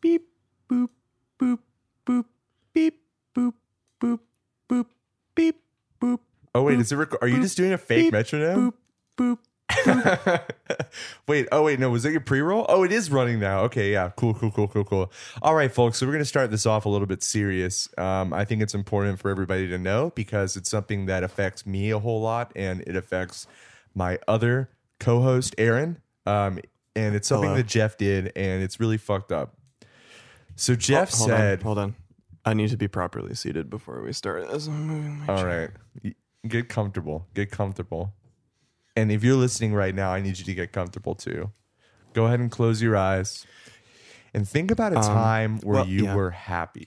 beep, boop, boop, boop, beep, boop, boop, boop, beep, boop. Oh wait, boop, is it? Rec- are you boop, just doing a fake beep, metronome? Boop, boop. wait, oh wait, no, was that your pre-roll? Oh, it is running now. Okay, yeah, cool, cool, cool, cool, cool. All right, folks, so we're gonna start this off a little bit serious. Um, I think it's important for everybody to know because it's something that affects me a whole lot, and it affects my other co-host Aaron. Um, and it's something Hello. that Jeff did, and it's really fucked up. So Jeff Oh, hold said, on, hold on. I need to be properly seated before we start this. I'm moving my All chair. right. Y- Get comfortable. Get comfortable. And if you're listening right now, I need you to get comfortable too. Go ahead and close your eyes and think about a time where Um, well, you yeah. were happy.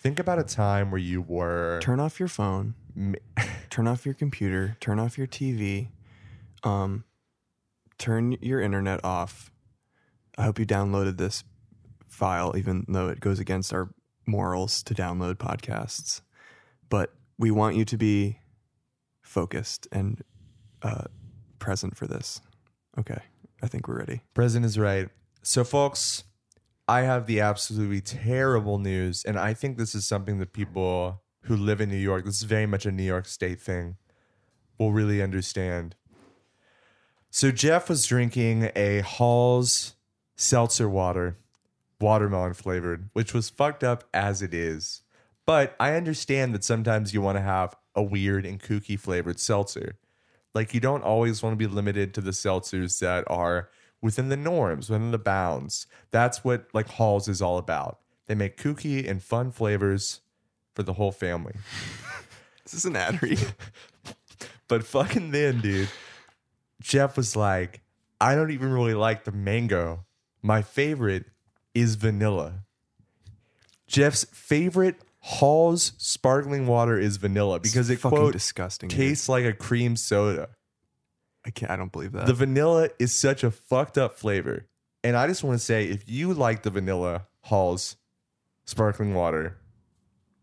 Think about a time where you were. Turn off your phone. turn off your computer. Turn off your TV. Um, turn your internet off. I hope you downloaded this file, even though it goes against our morals to download podcasts. But we want you to be focused and uh, present for this. Okay, I think we're ready. President is right. So, folks, I have the absolutely terrible news, and I think this is something that people who live in New York, this is very much a New York State thing, will really understand. So, Jeff was drinking a Hall's seltzer water, watermelon flavored, which was fucked up as it is. But I understand that sometimes you want to have a weird and kooky flavored seltzer like you don't always want to be limited to the seltzers that are within the norms within the bounds that's what like halls is all about they make kooky and fun flavors for the whole family Is this an ad read? but fucking then dude jeff was like i don't even really like the mango my favorite is vanilla jeff's favorite hall's sparkling water is vanilla because it fucking quote disgusting. dude. tastes like a cream soda I can't. I don't believe that. the vanilla is such a fucked up flavor. And I just want to say if you like the vanilla Hall's sparkling water,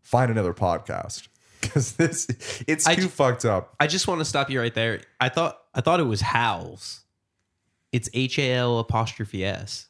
find another podcast because this it's I too ju- fucked up. I just want to stop you right there. I thought I thought it was Howls. It's H A L apostrophe S.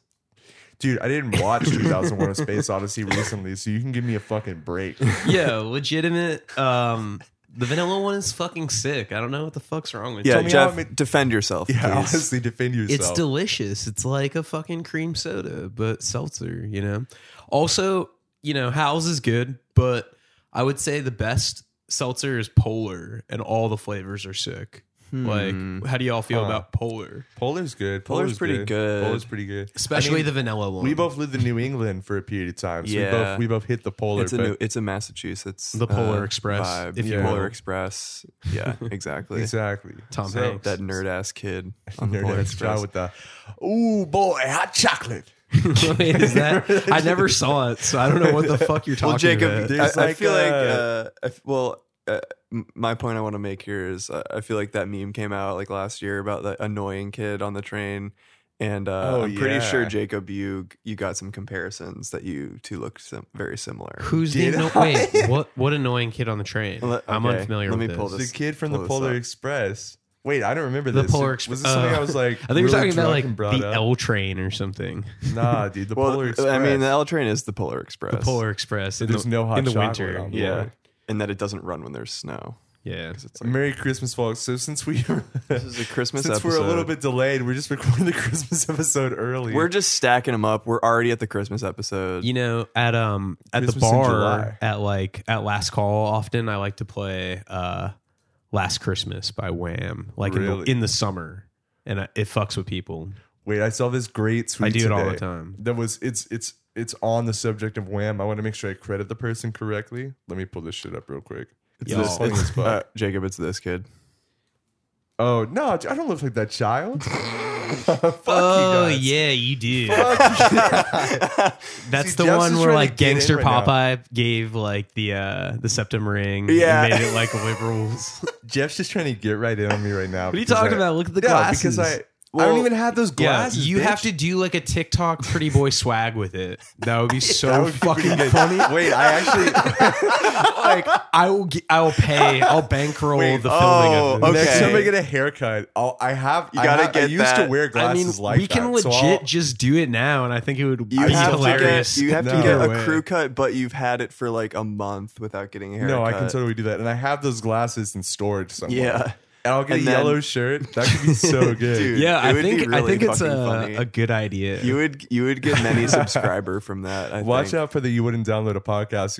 Dude, I didn't watch 2001 A Space Odyssey recently, so you can give me a fucking break. Yo, legitimate. Um, the vanilla one is fucking sick. I don't know what the fuck's wrong with yeah, it. me Jeff, how it- defend yourself. Yeah, please. honestly, defend yourself. It's delicious. It's like a fucking cream soda, but seltzer, you know? Also, you know, Howls is good, but I would say the best seltzer is Polar, and all the flavors are sick. Like, how do y'all feel Huh. about Polar? Polar's good. Polar's pretty good. Polar's pretty good. I Especially mean, the vanilla one. we both lived in New England for a period of time, so we Yeah. both we both hit the polar. it's a but new, it's a Massachusetts uh, The Polar Express, vibe. if you Polar will. Express. Yeah, exactly. exactly. Tom So- Hanks. That nerd ass kid on the Nerd Polar ass guy Express. with the ooh boy hot chocolate. Wait, is that? I never saw it, so I don't know what the fuck you're talking well, Jacob, about. dude, I, There's I like feel like a- uh, I f- well, uh, m- my point I want to make here is uh, I feel like that meme came out like last year about the annoying kid on the train. And uh, Oh, I'm pretty sure yeah. Jacob, you you got some comparisons that you two look sim- very similar. Who's the Did anno- I? wait? What what annoying kid on the train? Let- I'm okay, unfamiliar. let with me pull The this. kid from the pull this Polar up. Express. Wait, I don't remember The this. Polar Was Express. uh, this something I was like? I think you're really talking about drunk like and brought the up? L train or something. Nah, dude, the Well, Polar Express. I mean, the L train is the Polar Express. The Polar Express. in There's the- no hot in the chocolate winter. on yeah, Yeah. And that it doesn't run when there's snow. yeah. It's like, Merry Christmas, folks. So since we this is a Christmas since episode. we're a little bit delayed, we're just recording the Christmas episode early. We're just stacking them up. We're already at the Christmas episode. You know, at um at Christmas the in July. bar at like at last call, often I like to play uh "Last Christmas" by Wham, like in, Really? the, in the summer, and I, it fucks with people. Wait, I saw this great tweet. I do it all the today time. That was it's it's it's on the subject of wham. I want to make sure I credit the person correctly. Let me pull this shit up real quick. It's Y'all. this- Funny it's- as fuck. uh, Jacob, it's this kid. Oh no, I don't look like that child. Fuck Oh you guys. yeah, you do. That's See, the Jeff's one just where trying to like get in gangster right now. Popeye gave like the uh the septum ring. Yeah. and made it like liberals. what Jeff's just trying to get right in on me right now. are you talking about? Look at the Yeah, glasses. because I I don't Well, even have those Yeah, glasses. you bitch. have to do like a TikTok pretty boy swag with it. That would be so That would be pretty fucking good. funny. Wait, I actually. like I will, ge- I will pay. I'll bankroll Wait, the filming oh, of this. okay. Next time I get a haircut, I'll, I have. You I gotta have- I get used to that- wear I glasses mean, like we can that, so I'll- legit just do it now, and I think it would You be have, to hilarious. get, you have to No. get a Either way. crew cut, but you've had it for like a month without getting a haircut. no, I can totally do that, and I have those glasses in storage somewhere. Yeah. and I'll get And a then- yellow shirt. That could be so good. Dude. yeah, It I would be think I really think it's fucking a, funny. a good idea. You would you would get many subscriber from that. I Watch think. out for the you wouldn't download a podcast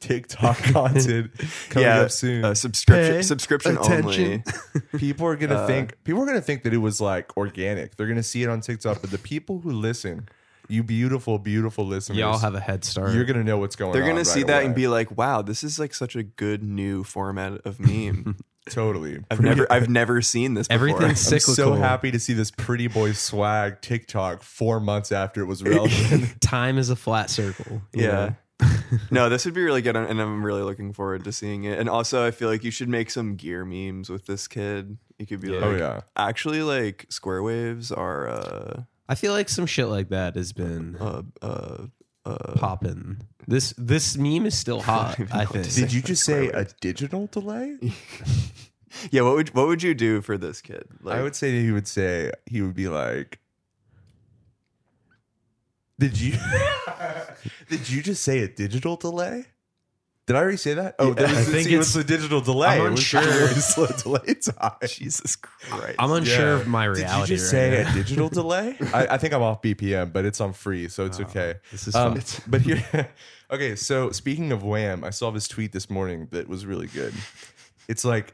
TikTok content coming yeah, up soon. uh, subscription Pay subscription attention. only. Uh, people are gonna think people are gonna think that it was like organic. They're gonna see it on TikTok, but the people who listen, you beautiful, beautiful listeners, Y'all have a head start. you're gonna know what's going They're on. gonna right see that away. and be like, "Wow, this is like such a good new format of meme. totally. I've never I've never seen this. Before. Everything's I'm cyclical. so happy to see this pretty boy swag TikTok four months after it was relevant. Time is a flat circle. you Yeah. know? no, this would be really good, and I'm really looking forward to seeing it. And also, I feel like you should make some gear memes with this kid. You could be like, oh yeah, actually, like square waves are uh, I feel like some shit like that has been uh, uh, uh, popping. This this meme is still hot. even I know what to think. did you just say a digital delay? yeah. What would what would you do for this kid? Like, I would say that he would say he would be like, "Did you did you just say a digital delay? Did I already say that? Oh, there Yeah. was, I think see, it was it's- the digital delay. I'm It was unsure. very slow delay time. Jesus Christ. I'm unsure Yeah. of my Did reality. you just right say now. a digital delay? I, I think I'm off BPM, but it's on free, so it's okay. This is Um, fun. but here, okay. So speaking of Wham, I saw this tweet this morning that was really good. It's like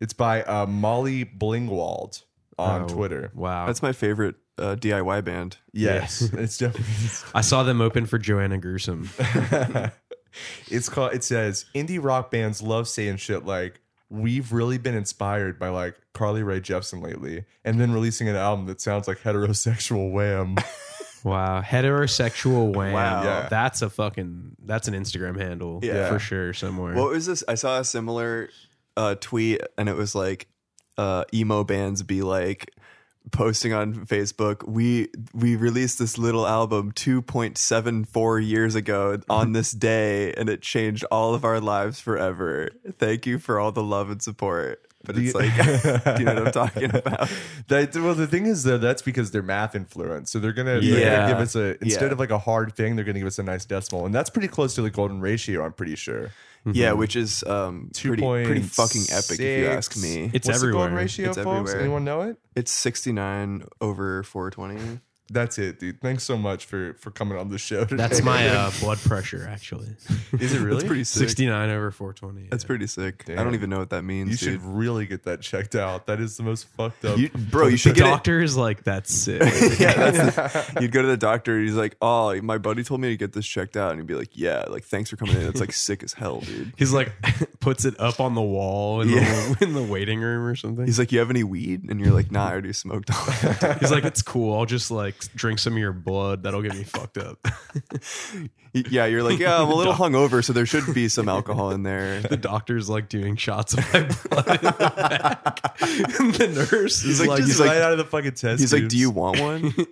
it's by uh, Molly Blingwald on Oh, Twitter. Wow. That's my favorite uh, DIY band. Yes, it's definitely. I saw them open for Joanna Gruesome. it's called. It says indie rock bands love saying shit like we've really been inspired by like Carly Rae Jepsen lately, and then releasing an album that sounds like heterosexual wham. Wow, heterosexual wham. Wow. Yeah. That's a fucking that's an Instagram handle Yeah. for sure somewhere. What was this? I saw a similar uh, tweet, and it was like uh, emo bands be like posting on Facebook. We we released this little album 2.74 years ago on this day, and it changed all of our lives forever. Thank you for all the love and support. But it's like, do you know what I'm talking about? That, well, the thing is though, that's because they're math influenced, so they're gonna, they're Yeah. gonna give us a instead Yeah. of like a hard thing, they're gonna give us a nice decimal, and that's pretty close to the golden ratio. I'm pretty sure. Yeah, which is um, pretty pretty fucking epic, if you ask 2.6. me. It's What's the golden everywhere. ratio, It's folks? everywhere. Anyone know it? It's 69 over 420. That's it, dude. Thanks so much for for coming on the show. Today. that's my uh, blood pressure actually. Is it really? That's pretty sick. 69 over 420. That's yeah. pretty sick. I Damn. don't even know what that means. you dude. should really get that checked out. That is the most fucked up. You, bro, you The should get it. doctor is like that's sick. yeah, that's the- you'd go to the doctor. And he's like, "Oh, my buddy told me to get this checked out," and he'd be like, "Yeah, like thanks for coming in. It's like sick as hell, dude." He's like puts it up on the wall in, Yeah. the, in the waiting room or something. He's like, "You have any weed?" And you're like, "Nah, I already smoked all." that." He's like, it's cool. I'll just like drink some of your blood. That'll get me fucked up. yeah, you're like, "Yeah, I'm a little hungover, so there should be some alcohol in there." The doctor's like doing shots of my blood in the back. and the nurse is He's like, like, just he's like- right out of the fucking test. He's like, tubes. "Do you want one?" and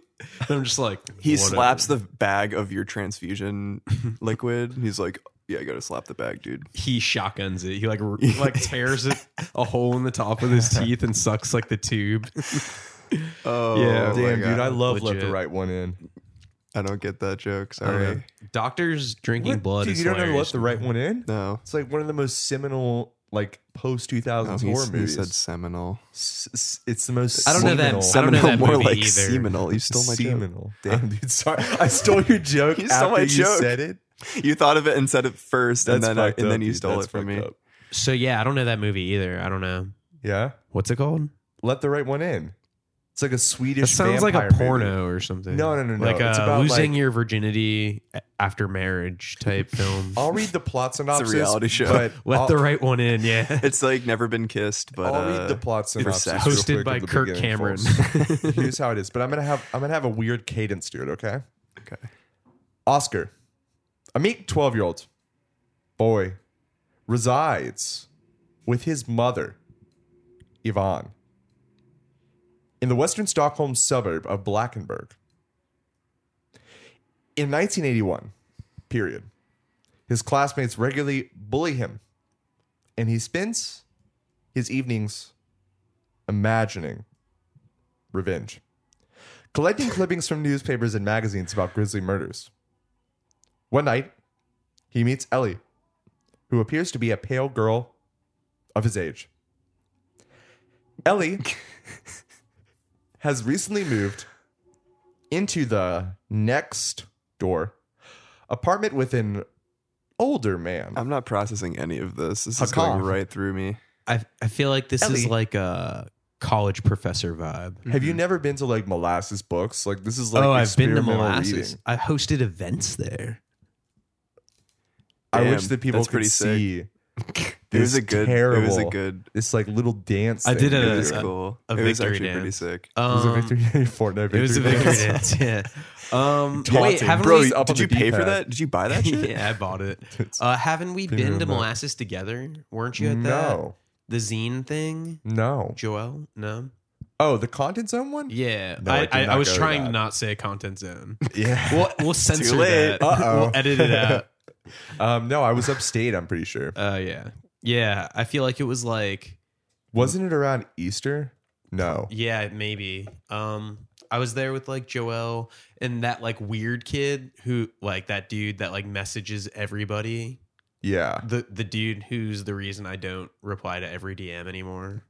I'm just like, He whatever. slaps the bag of your transfusion liquid. He's like, "Yeah, I gotta slap the bag, dude." he shotguns it. He like r- like tears it a hole in the top with his teeth and sucks like the tube. Oh, Yeah. my Damn, dude, God. I love let Legit. the right one in. I don't get that joke. Sorry. Doctors drinking blood dude, is you don't know hilarious. let the right one in? No. It's like one of the most seminal, like post two No, thousands Oh, he, horror he movies. said seminal. S- s- it's the most. I don't know that- seminal- I don't know that more movie like either. seminal. You stole my joke. seminal. Damn, dude. Sorry, I stole your joke. You after stole my you joke. said it. You thought of it and said it first, That's and then I, fucked and up, then you dude. stole That's it from fucked me. up. So yeah, I don't know that movie either. I don't know Yeah, what's it called. let the right one in. It's like a Swedish. It sounds like a vampire movie. porno or something. No, no, no, no. Like It's uh, about, losing like- your virginity a- after marriage type film. I'll read the plot synopsis. reality show. But let I'll, the right one in. Yeah, It's like never been kissed, but I'll uh, read the plot synopsis. sex. real hosted quick by at the Kirk beginning, Cameron. folks. Here's how it is. But I'm gonna have I'm gonna have a weird cadence to it. Okay. Okay. Oscar, a meek 12 year old boy, resides with his mother, Yvonne. in the western Stockholm suburb of Blackenberg. In 1981, period, his classmates regularly bully him, and he spends his evenings imagining revenge, collecting clippings from newspapers and magazines about grisly murders. One night, he meets Ellie, who appears to be a pale girl of his age. Ellie has recently moved into the next door apartment with an older man. I'm not processing any of this. This is Hakon. going right through me. I I feel like this Ellie. is like a college professor vibe. Have you never been to like Molasses Books? Like this is like Mm-hmm. oh, I've been to experimental Molasses. reading. I hosted events there. I wish Damn, that people that's could pretty sick. see It was It's a good. It was a terrible. good. this like little dance. I thing did you a- do. It was a- cool. a it was victory actually pretty dance. sick. It was a Um, victory Fortnite It was a victory victory dance. dance. Yeah. Um, Taunting. wait, haven't Bro, we? up on Did you the pay for D-pad. that? Did you buy that shit? yeah, I bought it. It's- Uh, haven't we Premium been to Mac. Molasses together? Weren't you at that? No, The zine thing? no. Joel? No? Oh, the content zone one. Yeah. No, I I, did I, I not was go to trying that. to not say content zone. Yeah. We'll, we'll censor late. that. Uh-oh. We'll edit it out. Um, no, I was upstate. I'm pretty sure. Uh, yeah. Yeah. I feel like it was like, Wasn't it around Easter? No. yeah, maybe. Um, I was there with like Joel and that like weird kid who, like that dude that like messages everybody. Yeah. The, the dude who's the reason I don't reply to every DM anymore.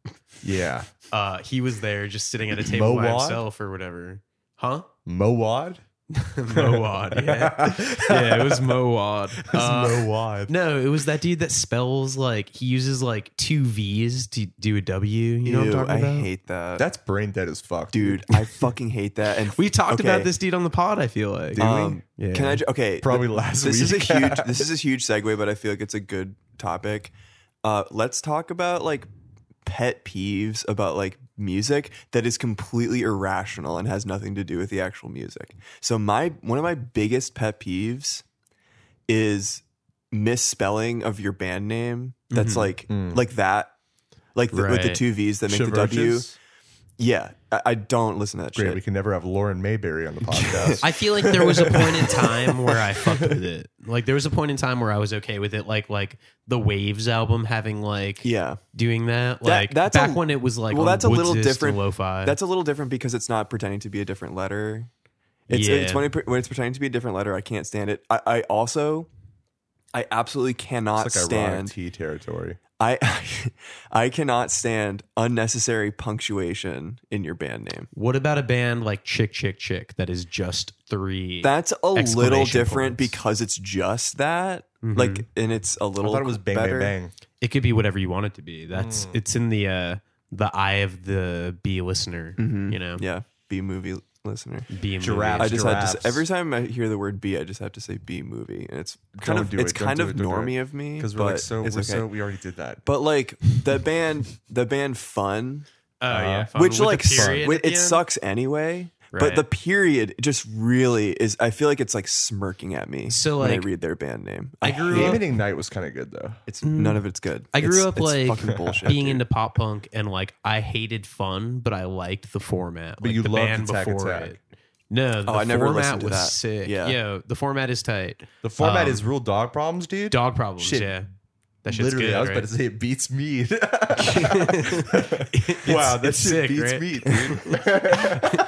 Yeah. Uh, he was there just sitting at a table by Mowad? himself or whatever. Huh? Moad. Moad, yeah. yeah, it was Moad. Uh, Moad. no, it was that dude that spells like he uses like two V's to do a W. You know Ew, what I'm I talking about? hate that. That's brain dead as fuck, dude, I fucking hate that. And we talked okay, about this dude on the pod. I feel like Did we? Um, Yeah. Can I? ju- Okay, Probably last this week. is a huge this is a huge segue but i feel like it's a good topic uh let's talk about like pet peeves about like music that is completely irrational and has nothing to do with the actual music so my one of my biggest pet peeves is misspelling of your band name that's Mhm. like Mm. like that like the, with the Right. two v's that make the w Chiverges? yeah I, I don't listen to that Great. shit We can never have Lauren Mayberry on the podcast. I feel like there was a point in time where I fucked with it. Like there was a point in time where I was okay with it. Like like the Waves album having like yeah doing that. That- Like that's back a- when it was like well, on that's a little Woodsist and different- Lo-fi. That's a little different because it's not pretending to be a different letter. It's, Yeah. it's when, it, when it's pretending to be a different letter. I can't stand it. I, I also, I absolutely cannot it's like ironic stand. tea territory. I, I cannot stand unnecessary punctuation in your band name. What about a band like Chick Chick Chick that is just three? That's a little Exclamation different points. because it's just that. Mhm. Like, and it's a Mm-hmm. I little. thought it was bang, better. bang, bang. it could be whatever you want it to be. That's it's in the uh the eye of the B listener, you know. Mm-hmm. Yeah, B movie listener. B movie. Giraffe. I just had to. Giraffes. Say, every time I hear the word B, I just have to say B movie, and it's kind Don't of do it's it. Don't kind do of it. Don't do normy it. of me Because because we're like so, we're it's okay. so, we already did that. But like the band, the band Fun, Oh yeah, fun. which With like the period wi- at the it end? sucks anyway. But Right. the period just really is. I feel like it's like smirking at me So, when I like, read their band name. I hate grew The it. up evening night was kind of good though. It's none of it's good. I grew It's- up it's like fucking bullshit, being dude. into pop punk and like I hated fun, but I liked the format. But like, you the loved band Attack before Attack. it. No, the Oh, I never listened format to was that. sick. Yeah. Yo, the format is tight. The format Um, is real dog problems, dude. Dog problems, Shit. yeah. That shit's Literally, good. I was right? about to say it beats meat. wow, that shit it's sick, beats right? meat, dude.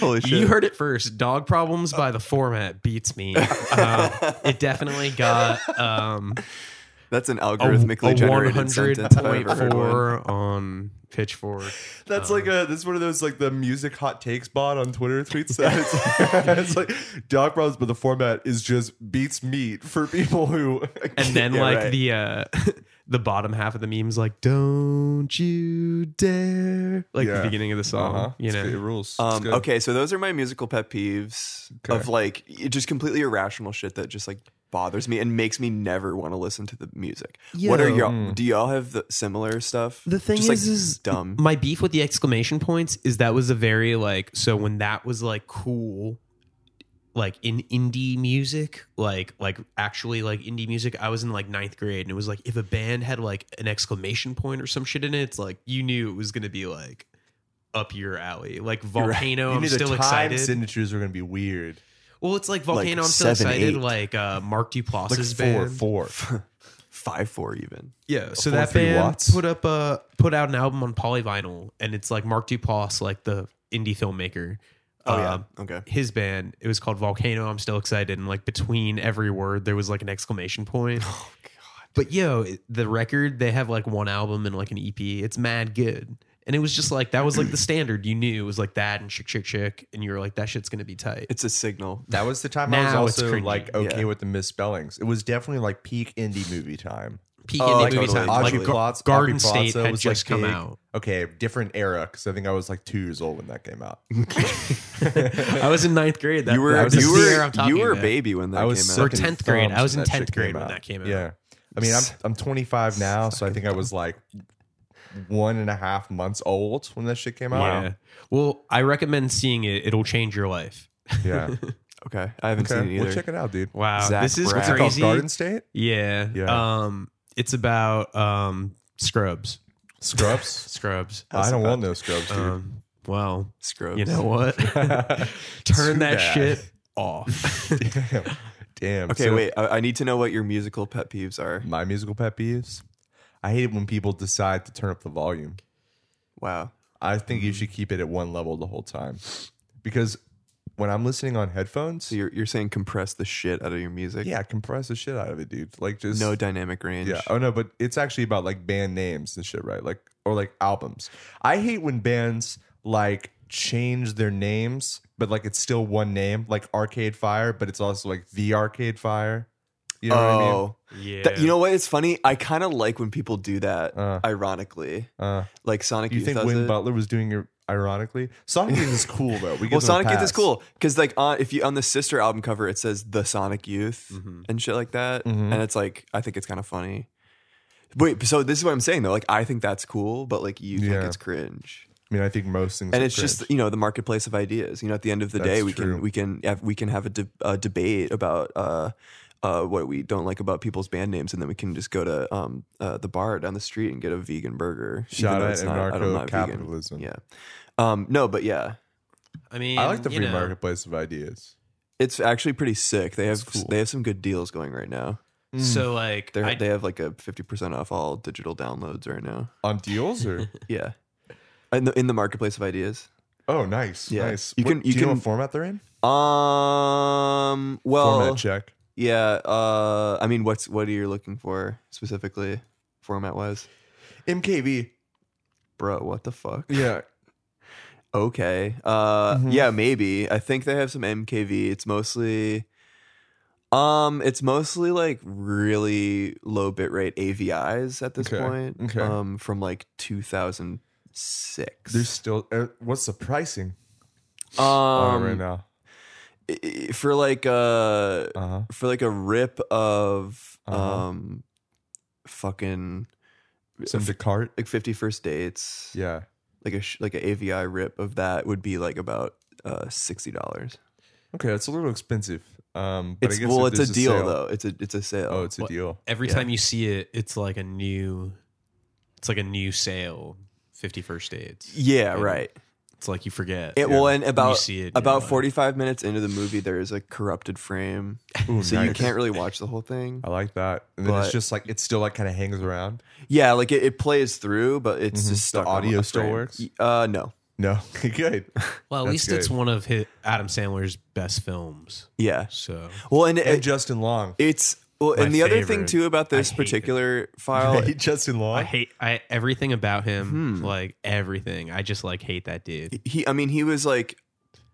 holy shit. You heard it first. Dog problems by the format beats me. Uh, it definitely got um, That's an a, algorithmically one generated hundred sentence. if I point ever heard one. four on Pitchfork. That's like a that's one of those like the music hot takes bot on Twitter tweets that it's, it's like dog problems, but the format is just beats meat for people who And then Yeah, like right. the uh, the bottom half of the memes like "Don't you dare!" Like Yeah. the beginning of the song. Uh-huh. You It's know, good. it rules. It's Um, good. okay, so those are my musical pet peeves Okay. of like y- just completely irrational shit that just like bothers me and makes me never want to listen to the music. What are Yo. y'all? Mm. Do y'all have the similar stuff? The thing just, is- like, is dumb. my beef with the exclamation points is that was a very like so when that was like cool like in indie music like like actually like indie music i was in like ninth grade and it was like if a band had like an exclamation point or some shit in it it's like you knew it was gonna be like up your alley. Like right. Volcano, you I'm knew the still time excited. signatures were gonna be weird. well, it's like Volcano, I'm still seven, excited. eight. Like uh, Mark Like Duplass's four, band. four. Five four even. Yeah, so four, that three band watts. put up a put out an album on polyvinyl, and it's like Mark Duplass, like the indie filmmaker. Oh um, yeah. Okay. his band. It was called Volcano. I'm still excited, and like between every word, there was like an exclamation point. Oh god. But yo, it- the record they have like one album and like an EP. It's mad good, and it was just like that was like the standard. You knew it was like that and chick chick chick, and you were like that shit's gonna be tight. It's a signal. That was the time I was Now it's also cringy. like okay Yeah. with the misspellings. It was definitely like peak indie movie time. Peak oh, indie like, movie totally. time. Audrey Like, Gar- Plaza- Garden Audrey State Plaza had was just like come big. out. Okay, different era because I think I was like two years old when that came out. I was in ninth grade. That you were that was you the year were I'm talking you were a about. baby when that I was came Or out. sucking 10th grade. thumbs I was when in that 10th shit grade when that came out. Yeah, I mean, I'm I'm 25 now, so I think I was like one and a half months old when that shit came out. Yeah. Well, I recommend seeing it. It'll change your life. Yeah, Okay, I haven't seen okay, it either. we'll check it out, dude. Wow, Zach this is Braff. What's it It's called crazy. Garden State Yeah. Yeah. Um, it's about um scrubs. Scrubs. Scrubs. I don't want no scrubs, dude. Um, well, Scrubs. you know what? Too Turn that bad. shit off. Um, Damn. Damn. Okay, So wait. I, I need to know what your musical pet peeves are. My musical pet peeves. I hate it when people decide to turn up the volume. Wow. I think Mm. you should keep it at one level the whole time, because when I'm listening on headphones, So you're you're saying compress the shit out of your music? yeah, compress the shit out of it, dude. Like just No dynamic range. Yeah. Oh no, but it's actually about like band names and shit, right? Like or like albums. I hate when bands like change their names, but like it's still one name, like Arcade Fire, but it's also like the Arcade Fire. You know what I mean? oh. yeah. That- you know what? It's funny. I kind of like when people do that. Uh. ironically, Uh, like Sonic you Youth think does Win it. Butler was doing it ironically? Sonic Youth is cool though. We give well, them a Sonic Youth pass. is cool because, like, on if you on the sister album cover, it says the Sonic Youth Mm-hmm. Mhm. and shit like that, Mhm. and it's like I think it's kind of funny. Wait, so this is what I'm saying though. Like, I think that's cool, but like you think Yeah. it's cringe, I mean, I think most things. and are it's just cringe. you know the marketplace of ideas. You know, at the end of the That's day, we true. can we can have, we can have a, de- a debate about. uh uh, what we don't like about people's band names, and then we can just go to um, uh, the bar down the street and get a vegan burger. even Shout though out it's not- I'm not vegan. anarcho-capitalism. Yeah, um, no, but yeah, I mean, I like the you free know, marketplace of ideas. It's actually pretty sick. They have cool. they have some good deals going right now. So like, They I, Mm. they have like a fifty percent off all digital downloads right now. on deals or Yeah, in the in the marketplace of ideas. oh, nice, Yeah. nice. You What- can- you do know can- what format they're in. Um. Well. format check. Yeah. Uh. I mean, what's what are you looking for specifically, format wise, MKV. bro? What the fuck? Yeah. Okay. Uh Mhm. yeah, maybe. I think they have some MKV. It's mostly um it's mostly like really low bitrate AVIs at this Okay, point. okay. Um from like 2006. There's still uh, what's the pricing um on it oh, right now? i- i- for like uh Uh huh. for like a rip of Uh-huh. um fucking Some f- Descartes. like 51st dates. Yeah. Like a sh- like an AVI rip of that would be like about uh $60. Okay, that's a little expensive. Um, but I It's guess well, if it's a there's deal sale- though. It's a it's a sale. Oh, it's a What? deal. every Yeah. time you see it, it's like a new, it's like a new sale. Fifty first dates. yeah, Yeah. right. It's like you forget. It will and You about see it in your about life. forty five minutes into the movie, there is a corrupted frame, Ooh, so you nice. Oh. can't really watch the whole thing. I like that. And then it's But- just like it still like kind of hangs around. Yeah, like it, it plays through, but it's Mhm. just The stuck on audio a still frame. works? Y- Uh, no. No, good. Well, at That's least it's good. one of his, Adam Sandler's best films. Yeah. So Well, and, And it, Justin Long. it's well, My and the other thing favorite. too about this I hate it. particular file. Hey, Justin Long. I hate I everything about him, Hmm. like everything. I just like hate that dude. He, I mean, he was like,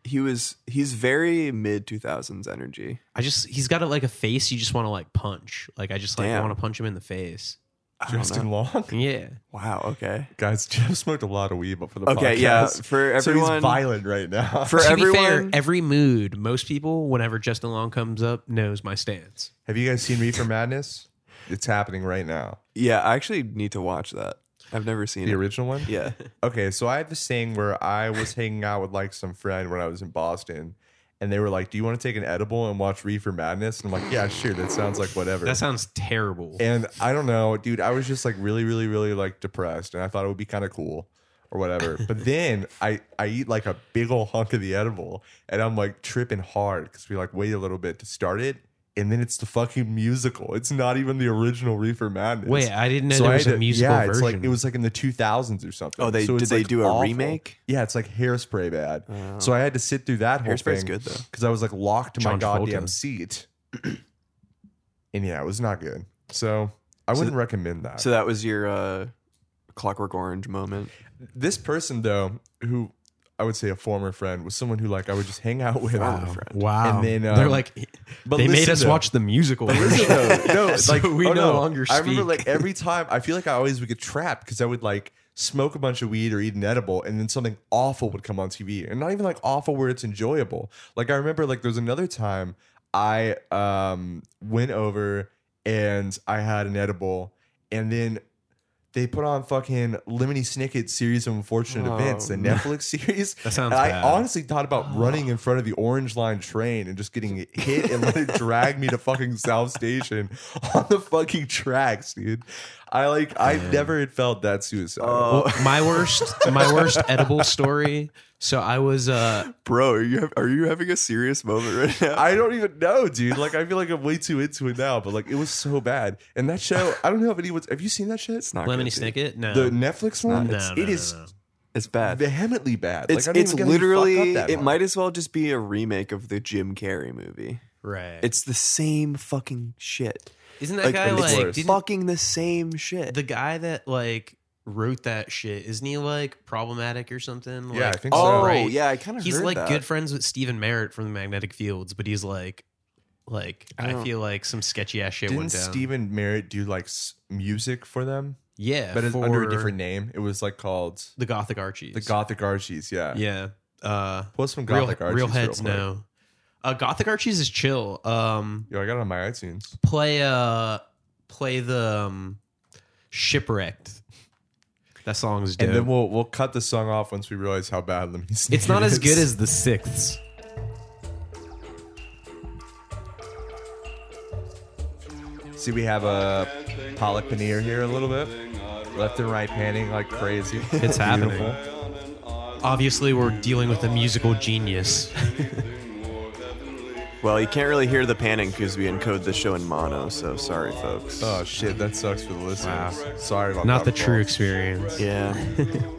he was he's very mid two thousands energy. I just he's got a, like a face you just want to like punch. Like I just like Damn. want to punch him in the face. I don't know. Justin Long. Yeah. Wow. Okay. Guys, Jeff smoked a lot of weed before the podcast. Okay. Yeah. For so everyone. he's violent right now. for to everyone. be fair, every mood, most people, whenever Justin Long comes up, knows my stance. Have you guys seen Reefer Madness? It's happening right now. Yeah, I actually need to watch that. I've never seen The it. original one? Yeah. Okay, so I had this thing where I was hanging out with like some friend when I was in Boston, and they were like, "Do you want to take an edible and watch Reefer Madness?" And I'm like, "Yeah, sure. That sounds like whatever." That sounds terrible. and I don't know, dude. I was just like really, really, really like depressed, and I thought it would be kind of cool. or whatever. But then I I eat like a big old hunk of the edible, and I'm like tripping hard because we like wait a little bit to start it, and then it's the fucking musical. It's not even the original Reefer Madness. Wait, I didn't know So there I was had a to- musical yeah, version. It's like, it was like in the 2000s or something. Oh, they So did it's, they like, do a awful. remake? Yeah, it's like hairspray bad. Oh. so I had to sit through that whole Hairspray's thing. good, though. Because I was like locked to my John goddamn Travolta. seat. and yeah, it was not good. So I So wouldn't th- recommend that. So that was your uh, Clockwork Orange moment. this person though, who I would say a former friend, was someone who like I would just hang out with. Wow. Wow. And then, they're um, like, but they made listen, us though. watch the musical. Listen, version. though, no, So like we oh, no, no longer I remember speak. like every time I feel like I always would get trapped because I would like smoke a bunch of weed or eat an edible, and then something awful would come on TV, and not even like awful where it's enjoyable. Like I remember like there was another time I um went over and I had an edible, and then. They put on fucking Lemony Snicket's series of unfortunate Oh, events, the no. Netflix series. That And sounds I bad. honestly thought about running in front of the Orange Line train and just getting hit and let it drag me to fucking South Station on the fucking tracks, dude. I like I never had felt that suicidal. Well, my worst, my worst edible story. So I was, uh, Bro, are you are you having a serious moment right now? I don't even know, dude. Like I feel like I'm way too into it now, but like it was so bad. And that show, I don't know if anyone's have you seen that shit? it's not Lemony good, dude. Snicket. No, The Netflix one? no, It's- no, it no, is no. It's bad. vehemently bad. It's like, I don't it's even get how you fucked literally up that it much. might as well just be a remake of the Jim Carrey movie. right. It's the same fucking shit. isn't that like, guy it's like worse. didn't, fucking the same shit. the guy that like wrote that shit? Isn't he like problematic or something? Yeah, I Like, think so. oh right? yeah, I kind of he's heard like that. good friends with Stephen Merritt from the Magnetic Fields, but he's like, like I I, don't- feel like some sketchy ass shit Didn't went down. Stephen Merritt do like s- music for them? yeah, But it's under a for different name. It was like called the Gothic Archies. The Gothic Archies, yeah. yeah. Uh, Pull some real, Gothic Archies. real heads quick. know. Uh, Gothic Archies is chill. Um, Yo, I got it on my iTunes. play uh, play the um, shipwrecked. That song's dope. And then we'll we'll cut the song off once we realize how bad Lemony Snicket it's not as is. good as the sixths. See, we have a Pollock paneer here a little bit. Left and right panning like crazy. It's happening. Beautiful. Obviously, we're dealing with a musical genius. Well, you can't really hear the panning because we encode the show in mono. So sorry, folks. Oh shit, that sucks for the listeners. Sorry about Not the that. true folks. experience. yeah,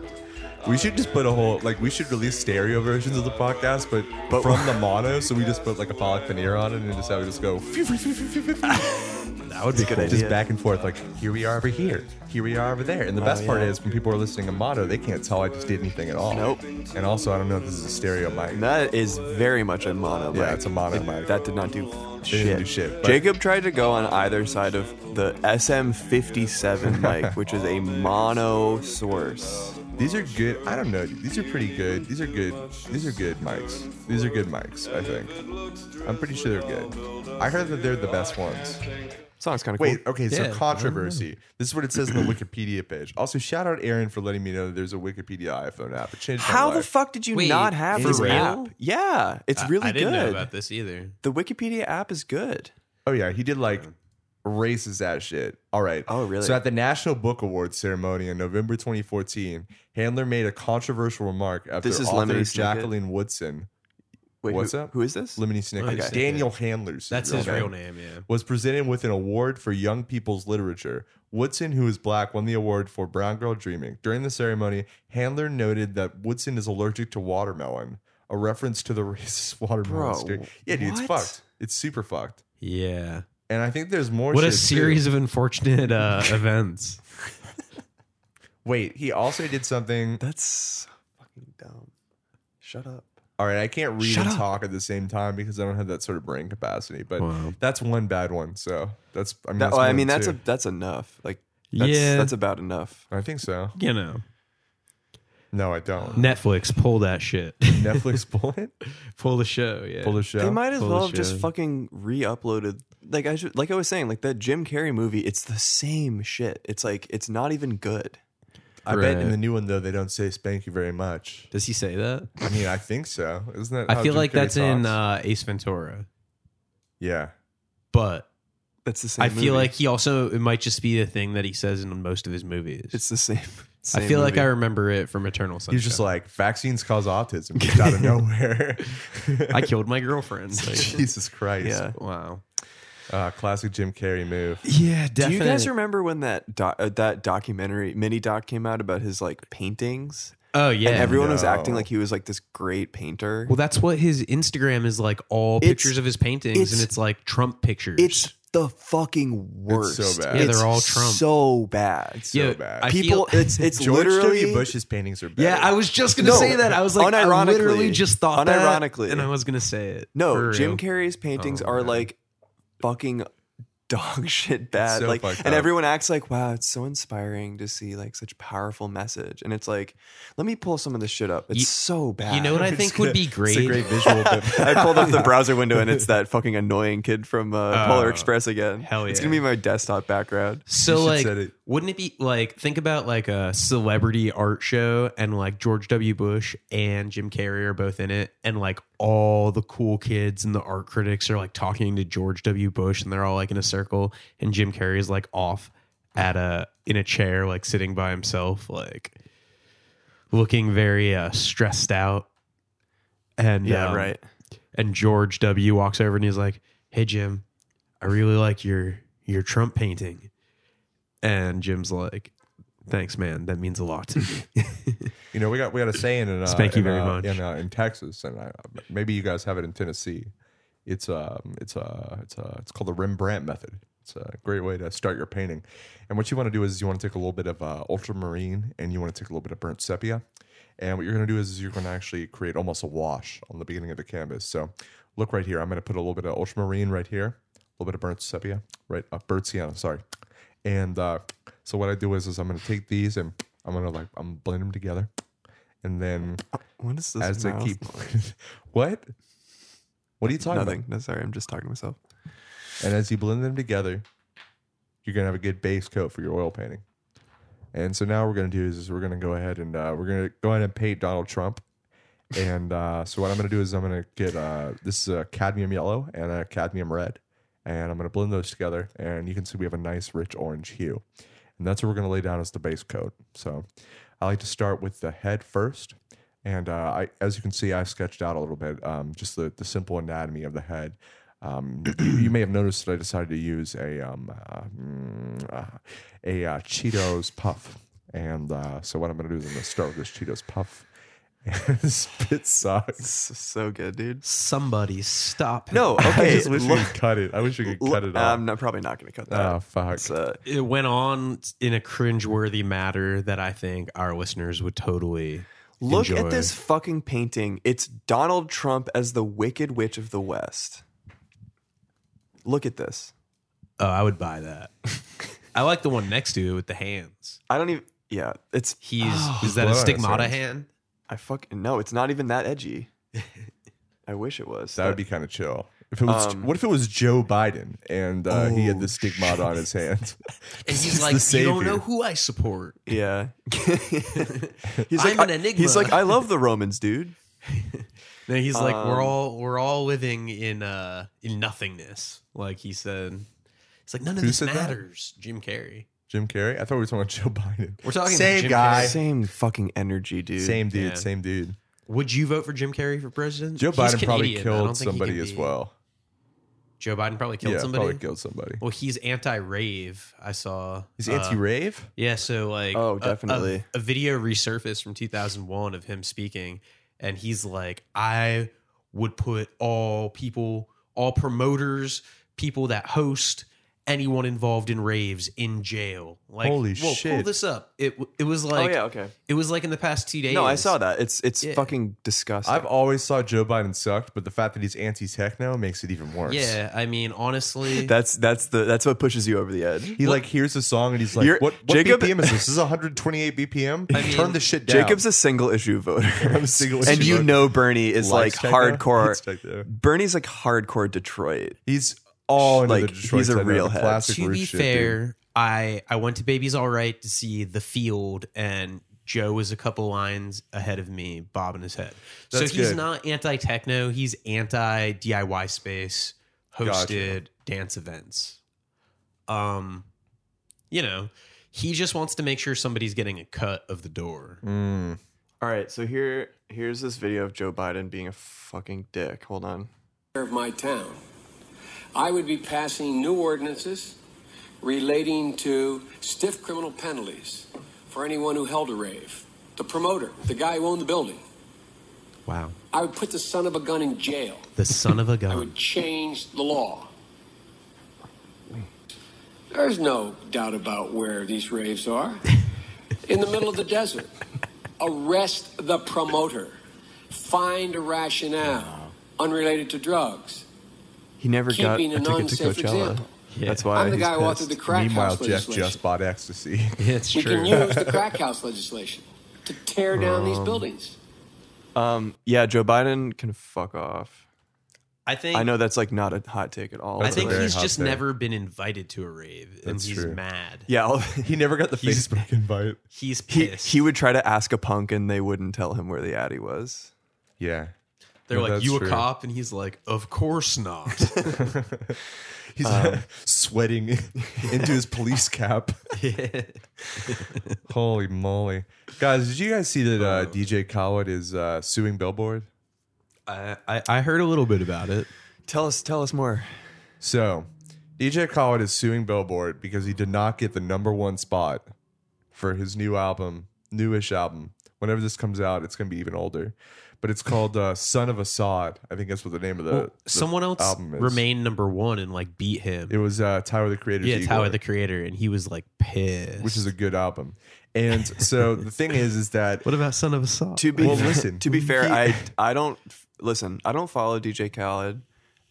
We should just put a whole like we should release stereo versions of the podcast, but, But- from the mono, so we just put like a Pollock paneer on it and just have it just go phew, phew, phew, phew, phew, phew. that would be good idea. just back and forth like here we are over here here we are over there and the best part yeah. is when people are listening to mono they can't tell i just did anything at all Nope. and also i don't know if this is a stereo mic That is very much a mono. yeah mic. it's a mono mic That did not do They didn't do shit. shit but- Jacob tried to go on either side of the SM57 mic, which is a mono source. these are good i don't know dude. these are pretty good these are good these are good mics these are good mics i think i'm pretty sure they're good i heard that they're the best ones Song's kind of cool. Wait, okay, Yeah, I so don't know. controversy. This is what it says on the Wikipedia page. Also, shout out Aaron for letting me know that there's a Wikipedia iPhone app. It changed my How the life. fuck did you Wait, not have for this real? app? Yeah, it's I- really I didn't know good. about this either. the Wikipedia app is good. Oh yeah, he did like racist ass shit. All right. Oh, really? So at the National Book Awards ceremony in November 2014, Handler made a controversial remark after This is author Lemony Snicket? Jacqueline Woodson, Wait, What's who, up? Who is this? Lemony Snicket, Okay. Daniel Handler's That's his real name, yeah. was presented with an award for young people's literature. Woodson, who is black, won the award for Brown Girl Dreaming. During the ceremony, Handler noted that Woodson is allergic to watermelon, a reference to the racist watermelon. Bro, stereotype. yeah, dude, it's what? fucked. It's super fucked. Yeah. And I think there's more. What a shit, too. series of unfortunate uh, events. Wait, he also did something. That's so fucking dumb. Shut up. All right, I can't read Shut and up. talk at the same time because I don't have that sort of brain capacity. But Wow. that's one bad one. So that's. I mean, That, that's, well, more I than mean, that's two. a, that's enough. Like, that's, yeah. that's about enough. I think so. you know, No, I don't. Netflix pull that shit. Netflix bullet. pull the show. Yeah. Pull the show. They might as Holy well have just shit. fucking re-uploaded. Like I should, like I was saying, like that Jim Carrey movie. It's the same shit. It's like it's not even good. I bet Right. in the new one though they don't say "spank you very much." Does he say that? I mean, I think so. Isn't that? I how feel Jim like Carrey that's in talks? uh, Ace Ventura, yeah, uh, but That's the same. I feel movie. like he also it might just be the thing that he says in most of his movies. it's the same. I feel like I remember it from Eternal Sunshine. He's just like vaccines cause autism just out of nowhere. I killed my girlfriend. Like, Jesus Christ! Yeah. wow. Uh, classic Jim Carrey move. Yeah, Do you guys remember when that doc, uh, that documentary mini doc came out about his like paintings? oh yeah. and everyone was No. acting like he was like this great painter. well, that's what his Instagram is like all It's- pictures of his paintings it's- and it's like Trump pictures. it's the fucking worst. bad. Yeah, they're It's all Trump. So bad. so Yeah, bad. I People, feel- it's it's George literally W. Bush's paintings are better. Yeah, I was just gonna No, say that. I was like, I literally unironically. just thought that, Unironically. and I was gonna say it. For No, real. Jim Carrey's paintings Oh, are man. like fucking dog shit bad. so like, fucked and up. everyone acts like, wow, it's so inspiring to see like such powerful message. And it's like, let me pull some of this shit up. It's You- so bad. You know what I It's think gonna- would be great? It's a great visual. but- I pulled up the browser window and it's that fucking annoying kid from uh, Polar Oh, Express again. hell It's yeah. gonna be my desktop background. You So should like, set it- wouldn't it be like think about like a celebrity art show and like George W. Bush and Jim Carrey are both in it, and like all the cool kids and the art critics are like talking to George W. Bush, and they're all like in a circle, and Jim Carrey is like off at a in a chair, like sitting by himself, like looking very uh, stressed out. And um, and George W walks over and he's like, "Hey Jim, I really like your your Trump painting." And Jim's like, "Thanks, man. That means a lot to me." You know, we got we got a saying in uh, Thank you in, very uh, much. in, uh, in Texas, and I, maybe you guys have it in Tennessee. It's um, it's uh, it's uh, it's called the Rembrandt method. It's a great way to start your painting. And what you want to do is you want to take a little bit of uh, ultramarine and you want to take a little bit of burnt sepia. And what you're going to do is you're going to actually create almost a wash on the beginning of the canvas. So look right here. I'm going to put a little bit of ultramarine right here, a little bit of burnt sepia, right? Uh, burnt sienna, sorry. And uh, so what I do is, is I'm going to take these and I'm going to like, I'm gonna blend them together. And then What is this? as I mouth? keep, what? What are you talking nothing. No, sorry, I'm just talking to myself. about? And as you blend them together, you're going to have a good base coat for your oil painting. And so now what we're going to do is, is we're going to go ahead and uh, we're going to go ahead and paint Donald Trump. And uh, so what I'm going to do is I'm going to get uh, this is a cadmium yellow and a cadmium red, and I'm going to blend those together. And you can see we have a nice rich orange hue, and that's what we're going to lay down as the base coat. So I like to start with the head first, and uh, I, as you can see, I've sketched out a little bit um, just the, the simple anatomy of the head. Um, you, you may have noticed that I decided to use a um, uh, mm, uh, a uh, Cheetos puff, and uh, so what I'm going to do is I'm going to start with this Cheetos puff. spit sucks. This is so good, dude. Somebody stop. him. No, okay. I just wish look- we could cut it. I wish we could look- um, cut it off. I'm not, probably not gonna cut that. oh fuck! It's, uh, It went on in a cringeworthy matter that I think our listeners would totally look enjoy. at this fucking painting. It's Donald Trump as the Wicked Witch of the West. Look at this. Oh, I would buy that. I like the one next to it with the hands. I don't even. Yeah, it's. He's Oh, is that a blowing us stigmata hands. hand? I fucking no. It's not even that edgy. I wish it was. that would be kind of chill. If it was, Um, what if it was Joe Biden and uh, he Oh, had the stigmata on his hand? And This he's is like, the "You don't savior." know who I support." Yeah. he's I'm like, an I- He's enigma. like, I love the Romans, dude. Then he's like, Um, we're all we're all living in uh in nothingness, like he said. It's like none of Who this said that? matters, Jim Carrey. Jim Carrey. I thought we were talking about Joe Biden. We're talking Same Jim guy. Carrey. Same fucking energy, dude. Same dude. Yeah. Same dude. Would you vote for Jim Carrey for president? Joe He's Biden probably Canadian. I don't killed think he somebody can as be- well. Joe Biden probably killed yeah, somebody. probably killed somebody. Well, he's anti-rave. I saw. He's uh, anti-rave. Yeah, so like, Oh, a- a- definitely. A, video resurfaced from 2001 of him speaking, and he's like, "I would put all people, all promoters, people that host, anyone involved in raves in jail." Like, Holy whoa, Pull shit. this up. It w- it was like, oh yeah, okay. it was like in the past two days. No, I saw that. It's it's Yeah. fucking disgusting. I've always thought Joe Biden sucked, but the fact that he's anti-techno makes it even worse. Yeah, I mean, honestly, that's that's the that's what pushes you over the edge. He like hears a song and he's like, You're- "What, what Jacob- BPM is this? This is 128 BPM. mean- Turn the shit down." Jacob's a single issue voter. I'm a single and issue you voter. know Bernie is like Likes techno? Hates hardcore. techno. Bernie's like hardcore Detroit. He's all into Like, the Detroit he's a techno, real the head. classic to root be shit, fair, I I went to Baby's All Right to see The Field, and Joe was a couple lines ahead of me, bobbing his head. That's so he's good. not anti techno; he's anti DIY space Gotcha. hosted dance events. um, you know, he just wants to make sure somebody's getting a cut of the door. Mm. All right, so here here's this video of Joe Biden being a fucking dick. Hold on. of my town. I would be passing new ordinances relating to stiff criminal penalties for anyone who held a rave, the promoter, the guy who owned the building. Wow. I would put the son of a gun in jail. The son of a I gun. would change the law. There's no doubt about where these raves are. In the middle of the desert. Arrest the promoter. Find a rationale unrelated to drugs. He never got Keeping a ticket an to unsafe Coachella. example. That's Yeah. why I'm the he's guy who authored pissed. the crack Meanwhile, house Jeff legislation. just bought ecstasy. It's we can true. use the crack house legislation to tear down these buildings. Um, yeah, Joe Biden can fuck off. I think I know that's like not a hot take at all. I but, think like, very he's hot just take. never been invited to a rave and That's he's true. mad. yeah, I'll- he never got the He's- Facebook invite. He's he pissed. he would try to ask a punk and they wouldn't tell him where the Addy was. Yeah. They're No, like, that's "You true. a cop?" and he's like, "Of course not." He's Um, sweating into his police cap. Holy moly. Guys, did you guys see that Oh. uh, DJ Khaled is uh, suing Billboard? I, I I heard a little bit about it. Tell us, tell us more. So, DJ Khaled is suing Billboard because he did not get the number one spot for his new album, newish album. Whenever this comes out, it's going to be even older. But it's called uh, Son of Assad. I think that's what the name of the, Well, the someone else album is. remained number one and like beat him. It was uh, Tyler the Creator's yeah, it's Igor. Howard the Creator, and he was like pissed. which is a good album. And so the thing is, is that what about Son of a Song? To be Well, listen, to be fair, he- I I don't listen. I don't follow DJ Khaled.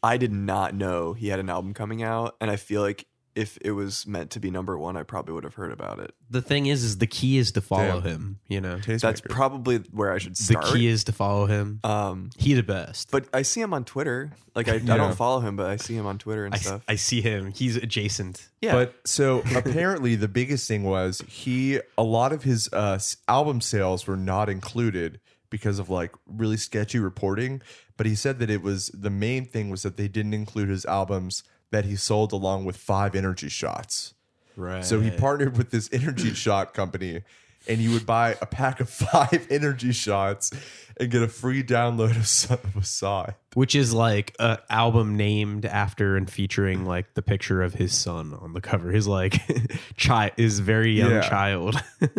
I did not know he had an album coming out, and I feel like if it was meant to be number one, I probably would have heard about it. the thing is, is the key is to follow Damn. him. You know, That's Tastemaker. probably where I should the start. key is to follow him. um, He the best. but I see him on Twitter. Like I, I Yeah. don't follow him, but I see him on Twitter and I, stuff. I see him. He's adjacent. yeah, But so apparently, the biggest thing was he a lot of his uh, s- album sales were not included because of like really sketchy reporting. But he said that it was the main thing was that they didn't include his albums that he sold along with five energy shots. Right. So he partnered with this energy shot company and you would buy a pack of five energy shots and get a free download of Son of a Side. which is like a album named after and featuring like the picture of his son on the cover. His like child is very young Yeah. child.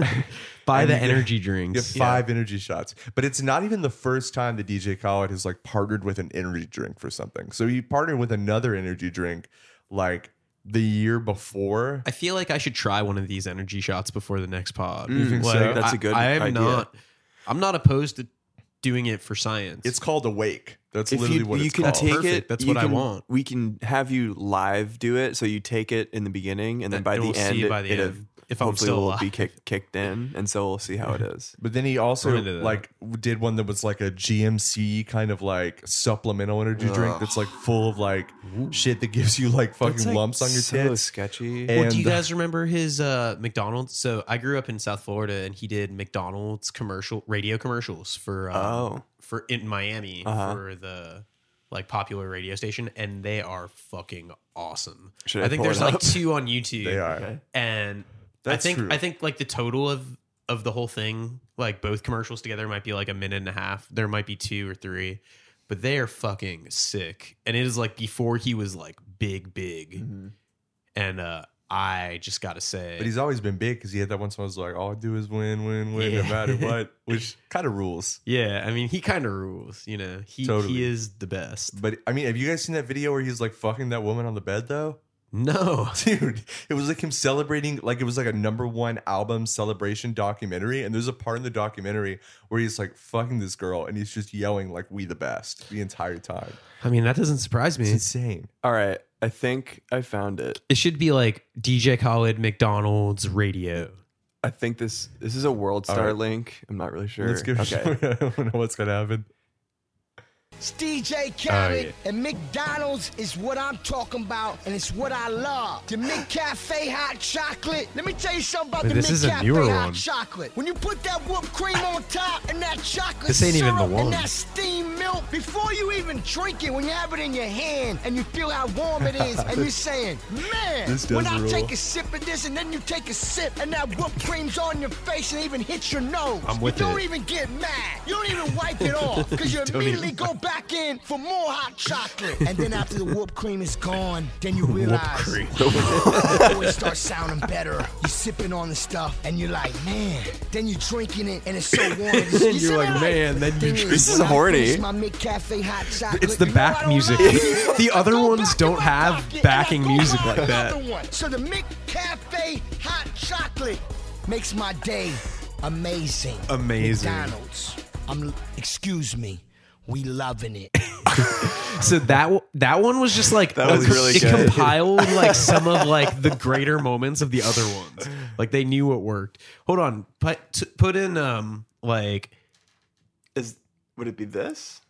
Buy the energy You get drinks. five energy shots. But it's not even the first time that DJ Khaled has like partnered with an energy drink for something. So he partnered with another energy drink like the year before. I feel like I should try one of these energy shots before the next pod. You think Like, so? That's I- a good I am idea. not. I'm not opposed to doing it for science. It's called Awake. That's if literally you, what you it's can called. take it, Perfect. That's you what I can- want. We can have you live do it, so you take it in the beginning, and then And by, we'll the end, see it, by the it end if I'm hopefully still will be alive. kick, kicked in, and so we'll see how it is. But then he I'm also into that. like did one that was like a GMC kind of like supplemental energy drink that's like full of like shit that gives you like fucking It's, like, lumps on your so tits. sketchy. And Well, do you guys remember his uh, McDonald's? So I grew up in South Florida, and he did McDonald's commercial radio commercials for uh, Oh. for in Miami Uh-huh. for the like popular radio station, and they are fucking awesome. Should I think pull there's it like up? two on YouTube, they are. Okay. and That's I think true. I think like the total of of the whole thing, like both commercials together, might be like a minute and a half. There might be two or three. But they are fucking sick, and it is like before he was like big, big, and uh, I just gotta say, Mm-hmm. But he's always been big because he had that one song that was like, all I do is win, win, win, no Yeah. matter what, which kind of rules. yeah, I mean, he kind of rules, you know. He Totally. he is the best. But I mean, have you guys seen that video where he's like fucking that woman on the bed though? No, Dude, it was like him celebrating, like it was like a number one album celebration documentary. And there's a part in the documentary where he's like fucking this girl and he's just yelling, like, we the best the entire time. I mean that doesn't surprise It's me. insane. All right, I think I found it. It should be like DJ Khaled, McDonald's, radio. I think this this is a World All Star right. link. I'm not really sure. Let's give it a okay. shot. I don't know what's going to happen. It's DJ Oh, Khaled, yeah. and McDonald's is what I'm talking about, and it's what I love. The McCafe hot chocolate. Let me tell you something about Wait, the this is a McCafe newer hot one. chocolate. When you put that whipped cream on top and that chocolate This ain't even the syrup one. and that steamed milk, before you even drink it, when you have it in your hand and you feel how warm it is, and you're saying, man, This when does I rule. take a sip of this, and then you take a sip, and that whipped cream's on your face and even hits your nose. I'm with you don't it. even get mad. You don't even wipe it off because you Don't immediately even go back in for more hot chocolate. And then after the whipped cream is gone, then you Whoop realize cream. it always starts sounding better. You're sipping on the stuff and you're like, man. Then you're drinking it and it's so warm. You're like, man, then you drink- This is horny. It's It's the back music. The other ones don't have backing music like that. So the McCafe hot chocolate makes my day amazing. Amazing. McDonald's. I'm excuse me. We loving it. So that w- that one was just like That was a- really it good. compiled like some of like the greater moments of the other ones. Like they knew what worked. Hold on, put t- put in um like Is would it be this?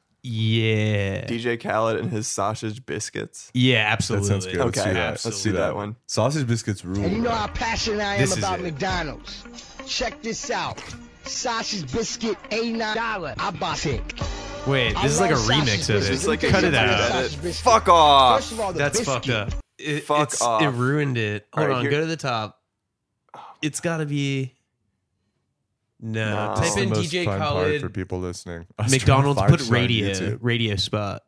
yeah DJ Khaled and his sausage biscuits. yeah absolutely. sounds good. Let's Okay, do that. let's do Absolutely. that one. Sausage biscuits rule. And you know how passionate I am This is about it. McDonald's. Check this out. Sausage biscuit, $89. I bought it. Wait, I this is like a love remix sausage of biscuits. it. It's like a Cut it remix out. of it. Sausage biscuit. Fuck off. First of all, the Ah, That's biscuit. fucked up. It, Fuck it's- off. It ruined it. All Hold right, on, here- Oh, go to the top. It's got to be. No, No. That's type the in most DJ fun part Khaled, for people listening. Us McDonald's, trying to put find shit on radio, YouTube. radio spot.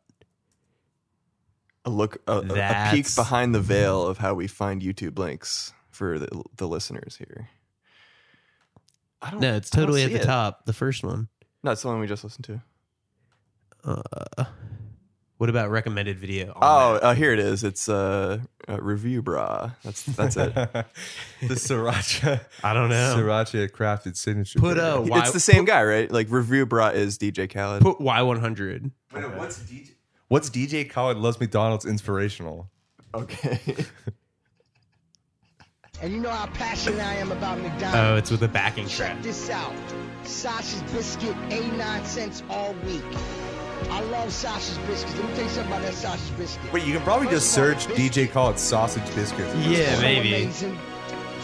A look, a, a- a peek That's- behind the veil of how we find YouTube links for the, the listeners here. I don't, No, it's Oh, I don't totally at see the it. top. The first one. No, it's the one we just listened to. What about recommended video? Oh, Oh, uh, here it is. It's uh, uh, review bra. That's that's it. the sriracha. I don't know. Sriracha crafted signature. Put burger. a it's Y. the same guy, right? Like review bra is DJ Khaled. Put Y one hundred. Wait, what's DJ? What's DJ Khaled loves McDonald's inspirational? Okay. And you know how passionate I am about Oh, McDonald's. it's with a backing track. Check this out. Sausage biscuit, 89 cents all week. I love sausage biscuits. Let me tell you something about that sausage biscuit. Wait, you can probably just search DJ Khaled sausage biscuits. Yeah, So maybe. amazing.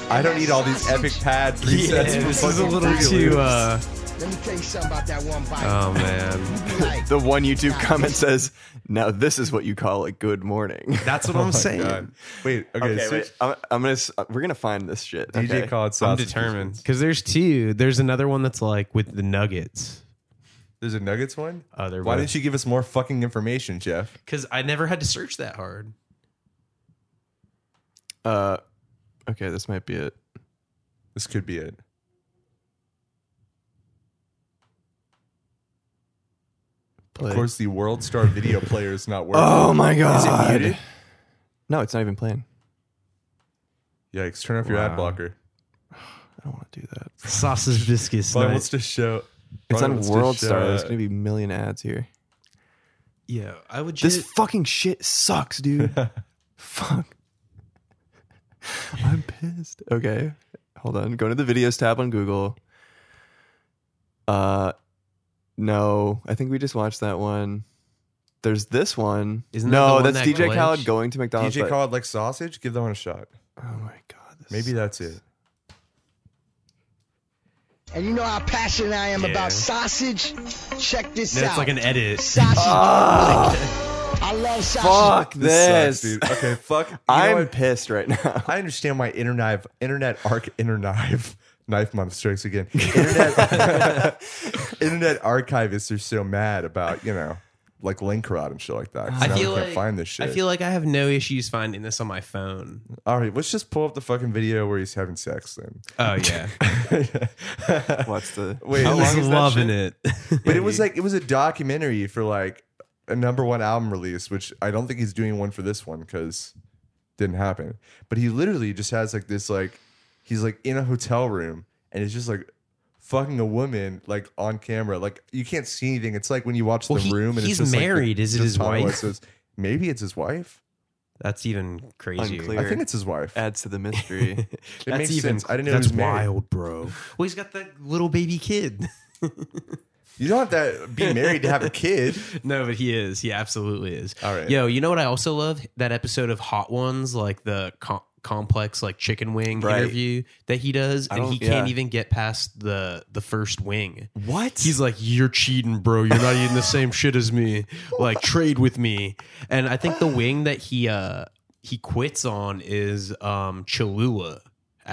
I don't need all these epic pads. Resets Yeah, for this is a fucking little Fruit too. Loops. Uh, Let me tell you something about that one bite. oh man, Like, the one YouTube comment says, "Now this is what you call a good morning." that's what I'm saying. God. Wait, okay, okay, search wait. I'm, I'm gonna. s- We're gonna find this shit. DJ okay. Khaled I'm sausage. determined biscuits. because there's two. There's another one that's like with the nuggets. There's a Nuggets one. Oh, there Why was. didn't you give us more fucking information, Jeff? Because I never had to search that hard. Uh, okay, this might be it. This could be it. Play. Of course, the World Star Video Player is not working. Oh my god! muted? No, it's not even playing. Yikes! Turn off your ad Wow. blocker. I don't want to do that. Sausage biscuits. Brian night. wants to show. It's Brian on wants to World show, Star. uh, There's gonna be a million ads here. Yeah, I would This just. fucking shit sucks, dude. Fuck. I'm pissed. Okay, hold on. Go to the videos tab on Google. Uh, no, I think we just watched that one. There's this one. Isn't that the no, one that's that DJ Khaled glitched? going to McDonald's. DJ but- Khaled like sausage. Give that one a shot. Oh my god. This Maybe that's it. and you know how passionate I am about sausage? Check this No, out. it's like an edit. sausage. Oh, I love sausage. fuck sucks, this. dude. Okay, fuck. You know I'm what? pissed right now. I understand why internet internet arc internet knife month strikes again. Internet internet archivists are so mad about you know like link rot and shit like that. 'cause I now we feel can't like find this shit. I feel like I have no issues finding this on my phone. All right, let's just pull up the fucking video where he's having sex. Then Oh yeah, What's the Wait, I how was long is that loving shit? it. But it was like it was a documentary for like a number one album release, which I don't think he's doing one for this one because didn't happen. But he literally just has like this like he's like in a hotel room and it's just like fucking a woman like on camera. Like you can't see anything. It's like when you watch Well, the he- room and he's it's just Like married. the- Is it just his how it wife? was. So it's- maybe it's his wife. That's even crazier. Unclear. I think it's his wife. adds to the mystery? that's makes even. sense. I didn't know he that's was married. wild, bro. Well, he's got that little baby kid. You don't have to be married to have a kid. No, but he is. He absolutely is. All right. Yo, you know what I also love? That episode of Hot Ones, like the com- complex like chicken wing Right. interview that he does, and don't- he can't yeah. even get past the the first wing. What? He's like, "You're cheating, bro. You're not eating the same shit as me. Like, trade with me." And I think the wing that he uh he quits on is um Cholula.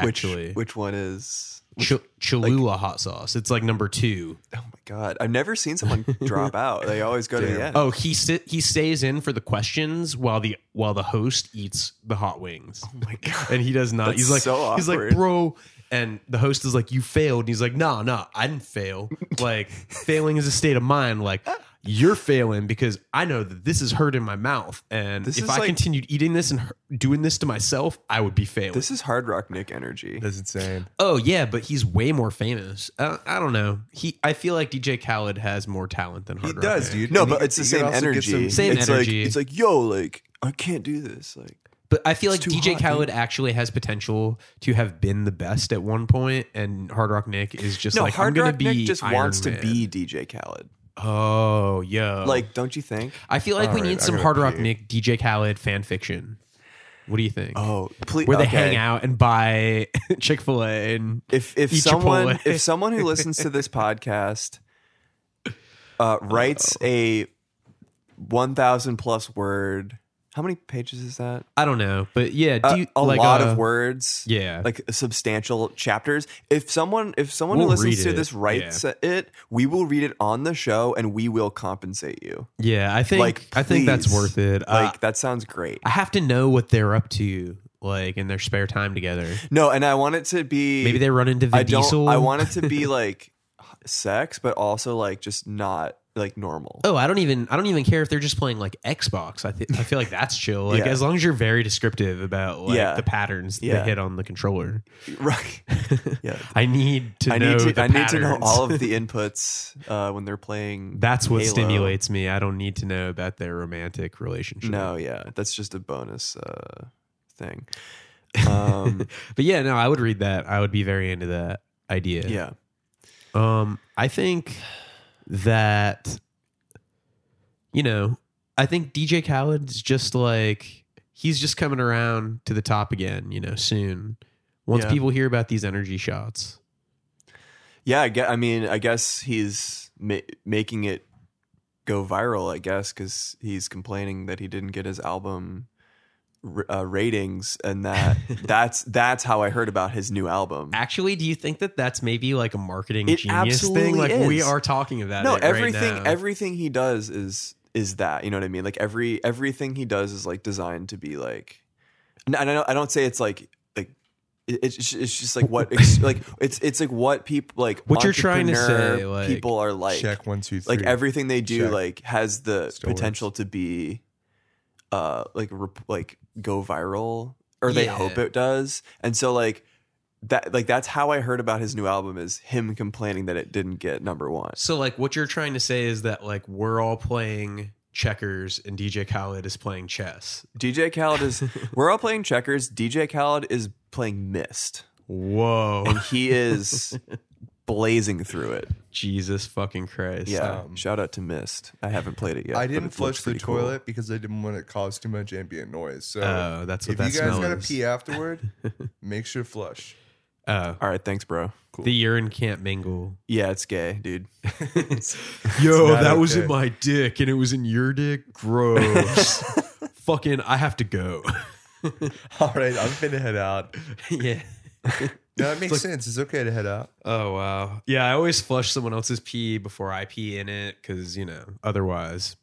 which Actually, which one is? Ch- Cholula hot sauce. It's like number two. Oh my god! I've never seen someone drop out. They always go to the end. Oh, he sit, he stays in for the questions while the while the host eats the hot wings. Oh my god! And he does not. That's he's like so he's like awkward. bro, and the host is like you failed, and he's like nah nah I didn't fail. Like failing is a state of mind. Like you're failing because I know that this is hurting my mouth, and This if is I like- continued eating this and hu- doing this to myself, I would be failing. This is hard rock Nick energy. That's insane. Oh yeah, but he's way more famous. I, I don't know. He, I feel like DJ Khaled has more talent than He Hard Rock does, Man. dude. No, And but he- it's the he same could also get energy. some- Same it's energy. Like, it's like, yo, like I can't do this. Like But I feel like It's too DJ hot, Khaled actually has potential to have been the best at one point, and Hard Rock Nick is just no, like hard I'm gonna rock be Nick just Iron wants Man." to be DJ Khaled. Oh yeah, Like, don't you think? I feel like we Alright, need I some gotta Hard Rock pee. Nick DJ Khaled fan fiction. What do you think? Oh, please. Where they okay. hang out and buy Chick Fil A and If if Eat someone Chipotle. if someone who listens to this podcast uh, writes a one thousand plus word, how many pages is that? I don't know, but yeah, do Uh, you, a like, lot uh, of words. Yeah, like substantial chapters. If someone if someone who We'll listens read to it, this writes it, we will read it on the show and we will compensate you. yeah. I think like, I think that's please. worth it. Uh, Like that sounds great. I have to know what they're up to, like in their spare time together. No, and I want it to be Maybe they run into Vin I don't Diesel. I want it to be like sex, but also like just not like normal. Oh, I don't even I don't even care if they're just playing like Xbox. I think I feel like that's chill. Like Yeah. as long as you're very descriptive about like Yeah. the patterns that Yeah. they hit on the controller. Right. Yeah. I need to I know need to the I need to know patterns. all of the inputs uh, when they're playing. That's what Halo. stimulates me. I don't need to know about their romantic relationship. No, yeah. That's just a bonus uh, thing. Um, But yeah, no, I would read that. I would be very into that idea. yeah. Um, I think that you know, I think DJ Khaled's just like he's just coming around to the top again, you know, soon. Once Yeah. people hear about these energy shots. Yeah, I, gue- I mean, I guess he's ma- making it go viral. I guess because he's complaining that he didn't get his album r- uh, ratings, and that that's that's how I heard about his new album. Actually, do you think that that's maybe like a marketing It genius thing? absolutely Like we is. are talking about No, it right everything now. everything he does is is that. You know what I mean? Like every everything he does is like designed to be like. And I don't I don't say it's like like it- it's just- it's just like what ex- like it's it's like what people like What you're trying to entrepreneur say, like- people are like Check one, two, three. like everything they do Check. like has the Still works. potential to be uh like rep- like go viral or they Yeah. hope it does and so like that like that's how i heard about his new album is him complaining that it didn't get number one so like what you're trying to say is that like we're all playing checkers and DJ Khaled is playing chess. dj khaled is we're all playing checkers dj khaled is playing mist Whoa. and he is blazing through it Jesus fucking Christ. yeah Um, shout out to mist i haven't played it yet I but didn't it looks flush the pretty cool. toilet because I didn't want to cause too much ambient noise. So Oh, that's what if that you guys smell gotta is. pee afterward, make sure to flush. Oh, all right thanks bro the urine can't mingle. yeah it's gay dude Yo, not that was okay. in my dick and it was in your dick. Gross. Fucking, I have to go. All right, I'm finna head out. yeah. No, it makes sense. It's okay to head out. Oh wow. Yeah, I always flush someone else's pee before I pee in it because you know, otherwise,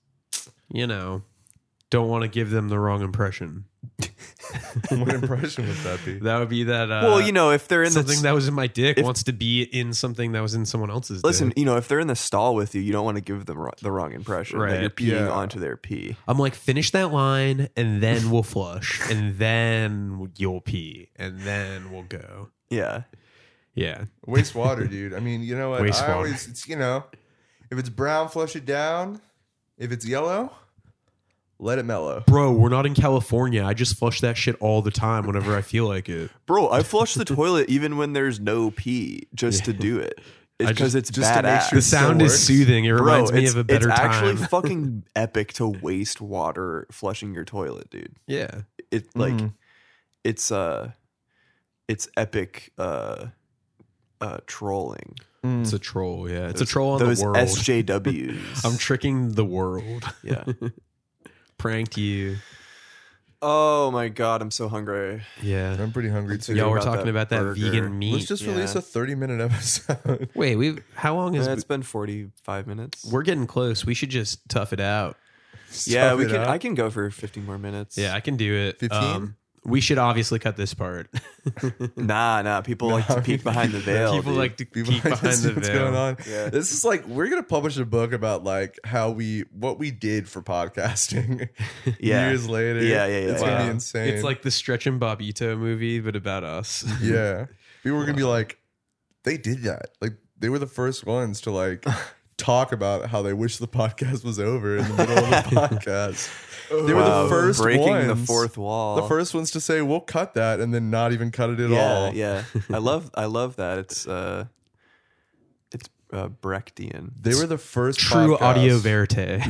you know, don't want to give them the wrong impression. what impression would that be? That would be that. Uh, well you know if they're in the something that was in my dick if- wants to be in something that was in someone else's. Listen, dick. you know, if they're in the stall with you, you don't want to give them ro- the wrong impression that Right, you're peeing yeah. onto their pee. I'm like, finish that line and then we'll flush and then you'll pee and then we'll go. Yeah. Yeah. Waste water, dude. I mean, you know what? Waste I water. always, it's you know, if it's brown, flush it down. If it's yellow, let it mellow. Bro, we're not in California. I just flush that shit all the time whenever I feel like it. Bro, I flush the toilet even when there's no pee just to do it. I because just- it's just to badass. make sure The sound is works. soothing. It Bro, reminds me it's- of a better It's actually time. fucking epic to waste water flushing your toilet, dude. yeah. It like Mhm. it's uh it's epic uh uh trolling. It's a troll. Yeah. It's a troll on Those the world. SJWs. I'm tricking the world. yeah. Pranked you. Oh my god, I'm so hungry. Yeah. I'm pretty hungry too. Y'all were about talking that about that burger. vegan meat. Let's just release yeah. a 30 minute episode. Wait, we how long Yeah, is it's been 45 minutes. we're getting close. We should just tough it out. yeah, Stuff we it can. up. I can go for 15 more minutes. Yeah, I can do it. 15? Um, we should obviously cut this part. Nah, nah. People like to peek behind the veil. People dude. like to People peek behind just the see what's veil. going on. Yeah. This is like we're gonna publish a book about like how we what we did for podcasting Yeah. years later. Yeah, yeah, yeah, It's yeah. gonna be insane. It's like the Stretch and Bobito movie, but about us. yeah, people were gonna be like, they did that. Like they were the first ones to like talk about how they wish the podcast was over in the middle of the podcast. They were Wow, the first breaking ones, the fourth wall. the first ones to say we'll cut that and then not even cut it at yeah, all. Yeah, I love. I love that. It's uh, it's uh, Brechtian. They were the first True podcast- audio verite.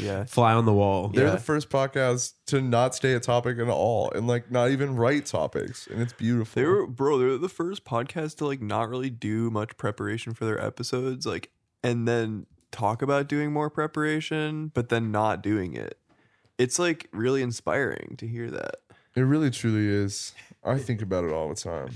Yeah. Fly on the wall. They're Mm-hmm. Yeah. the first podcast to not stay a topic at all and like not even write topics. And it's beautiful. They were, bro. They were the first podcast to like not really do much preparation for their episodes, like, and then talk about doing more preparation, but then not doing it. It's like really inspiring to hear that. it really truly is. I think about it all the time.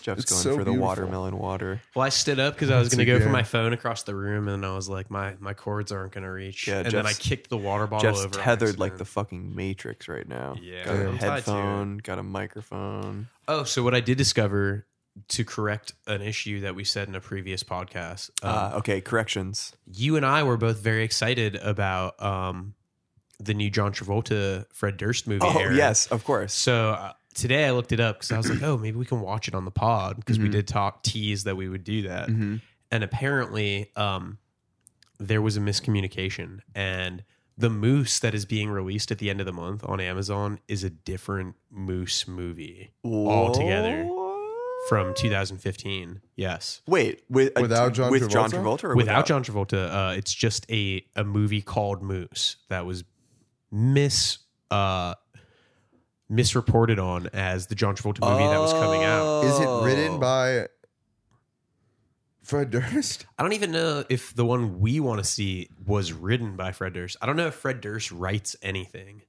Jeff's It's going so for the beautiful. watermelon water. Well, I stood up because I was Once going to go for again. my phone across the room, and I was like, my my cords aren't going to reach. Yeah, and then I Jeff's- kicked the water bottle Jeff's over. on tethered like the accident. fucking Matrix right now. Yeah, got a I'm tied to it. headphone, got a microphone. oh, so what I did discover to correct an issue that we said in a previous podcast, um, Uh, okay, corrections. you and I were both very excited about um, the new John Travolta Fred Durst movie. Oh era. yes, of course. So uh, today I looked it up because I was like, oh, maybe we can watch it on the pod because we did talk tease that we would do that, Mhm. and apparently um, there was a miscommunication and. The moose that is being released at the end of the month on Amazon is a different moose movie all together. from 2015. Yes, Wait, with uh, Without John with John Travolta? Travolta or without John Travolta, uh, it's just a a movie called Moose that was mis uh, misreported on as the John Travolta movie that was coming out. Oh. Is Oh. it written by Fred Durst? I don't even know if the one we want to see was written by Fred Durst. I don't know if Fred Durst writes anything.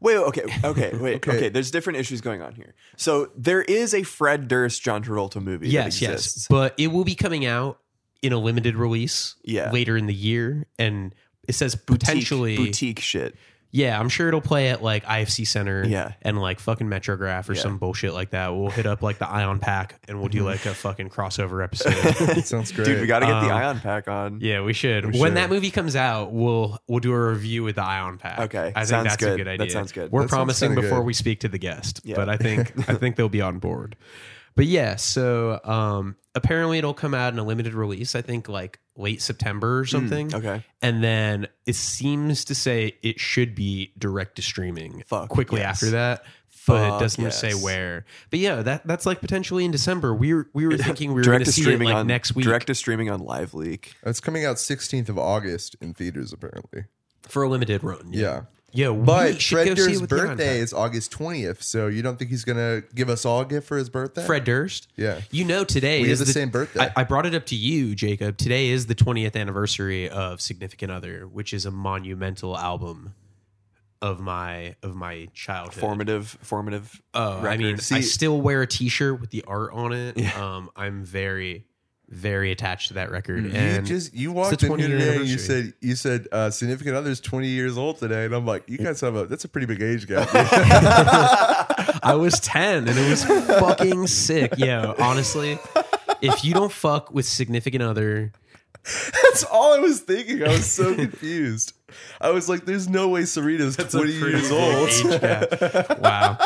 Wait, okay, okay, wait, okay. Okay. There's different issues going on here. So there is a Fred Durst John Travolta movie. yes, that yes, exists. but it will be coming out in a limited release Yeah. later in the year and. It says Boutique- potentially boutique shit. Yeah, I'm sure it'll play at like IFC Center Yeah. and like fucking Metrograph or Yeah. Mm-hmm. some bullshit like that. We'll hit up like the Ion Pack and we'll do like a fucking crossover episode. Sounds great. Dude, we got to get the Um, Ion Pack on. yeah, we should. We when should. that movie comes out, we'll we'll do a review with the Ion Pack. Okay, I think sounds that's a good. good idea. That sounds good. We're That sounds promising kinda before good. we speak to the guest, Yeah. but I think I think they'll be on board. But yeah, so um apparently it'll come out in a limited release. I think like late September or something. Hmm, Okay. and then it seems to say it should be direct to streaming Fuck, quickly yes. after that but Fuck, it doesn't say yes. where but yeah that that's like potentially in december we were we were thinking we were going Direct to to see it streaming like on next week Direct to streaming on Live Leak. It's coming out 16th of August in theaters, apparently. for a limited run Yeah. yeah we But should Fred go see it Durst's with the birthday Ion is August 20th. So you don't think he's going to give us all a gift for his birthday? Pack. fred durst Yeah. you know today We have is the same birthday. I, I brought it up to you jacob today is the 20th anniversary of significant other which is a monumental album of my of my childhood Formative, formative. Oh, I mean, record. I See- still wear a T-shirt with the art on it. Um, I'm very, very attached to that record. You and just you walked the in here 20-year today and you anniversary. said you said uh, significant other's twenty years old today, and I'm like, you guys have a that's a pretty big age gap. I was ten, and it was fucking sick. Yeah, honestly, if you don't fuck with significant other, That's all I was thinking. I was so confused. I was like, there's no way Sarita's 20 years old. wow,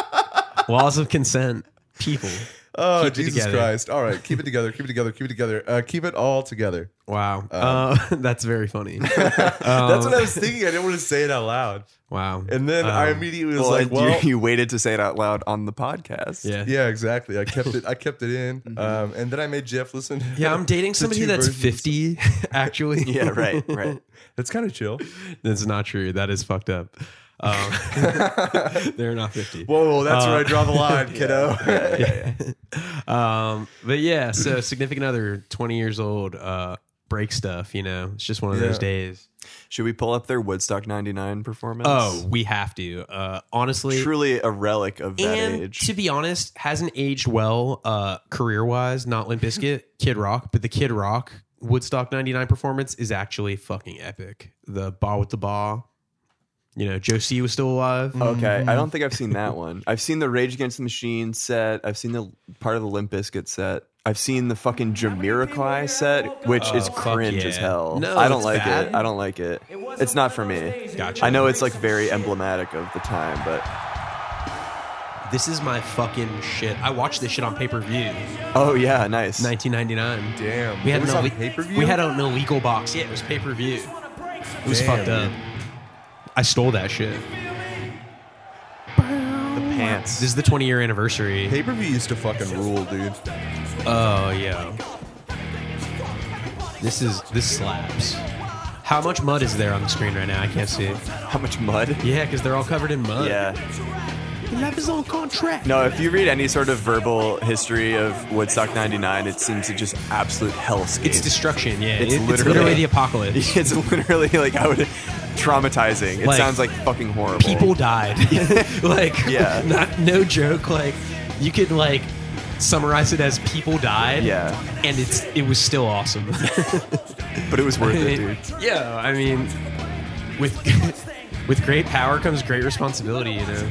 laws of consent, people. Oh, Keep it Jesus together. Christ. All right. Keep it together. Keep it together. Keep it together. Uh, keep it all together. Um, Wow. Uh, that's very funny. That's what I was thinking. I didn't want to say it out loud. Wow. And then I Um, immediately was Well, like, you- well, you, waited to say it out loud on the podcast. yeah. yeah, exactly. I kept it. I kept it in. Um, and then I made Jeff listen. to Mm-hmm. Yeah, I'm dating the somebody two that's versions. 50, actually. Yeah, right, right. That's kind of chill. That's not true. That is fucked up. Um, they're not 50. Whoa, that's Uh, where I draw the line, kiddo. Um, but yeah, so significant other, 20 years old, uh, break stuff, you know, it's just one of those Yeah. days. Should we pull up their Woodstock 99 performance? Oh, we have to. Uh, honestly, truly a relic of that and age. to be honest, hasn't aged well uh, career wise. Not Limp Bizkit, Kid Rock, but the Kid Rock Woodstock '99 performance is actually fucking epic. The ba with the ba, you know, Joe C was still alive. Mm. Okay, I Mm-hmm. don't think I've seen that one. I've seen the Rage Against the Machine set. I've seen the part of the Limp Bizkit set. I've seen the fucking Jamiroquai set, which is Oh, fuck cringe as yeah. hell. No, I don't it's like bad. it. I don't like it. It's not for me. Gotcha. I know it's like very emblematic of the time, but Uh, This is my fucking shit. I watched this shit on pay per view, oh yeah, nice. 1999. Damn. we had It was an on ille- pay-per-view? We had an illegal box. Yeah, it was pay per view. It was Damn, fucked up. I stole that shit. The pants. This is the 20 year anniversary. Pay per view used to fucking rule, dude. Oh yeah. This is this slaps. How much mud is there on the screen right now? I can't see it. How much mud? Yeah, because they're all covered in mud. Yeah. Life is on contract. No, if you read any sort of verbal history of Woodstock 99, it seems to just absolute hellscape. It's destruction. Yeah, It's It- it's literally- literally the apocalypse. It's literally like I would traumatizing. It Like, sounds like fucking horrible. People died. like, Yeah. not no joke. Like, you could like summarize it as people died. Yeah. and it's it was still awesome. but it was worth it, dude. Yeah, I mean, with with great power comes great responsibility. You know.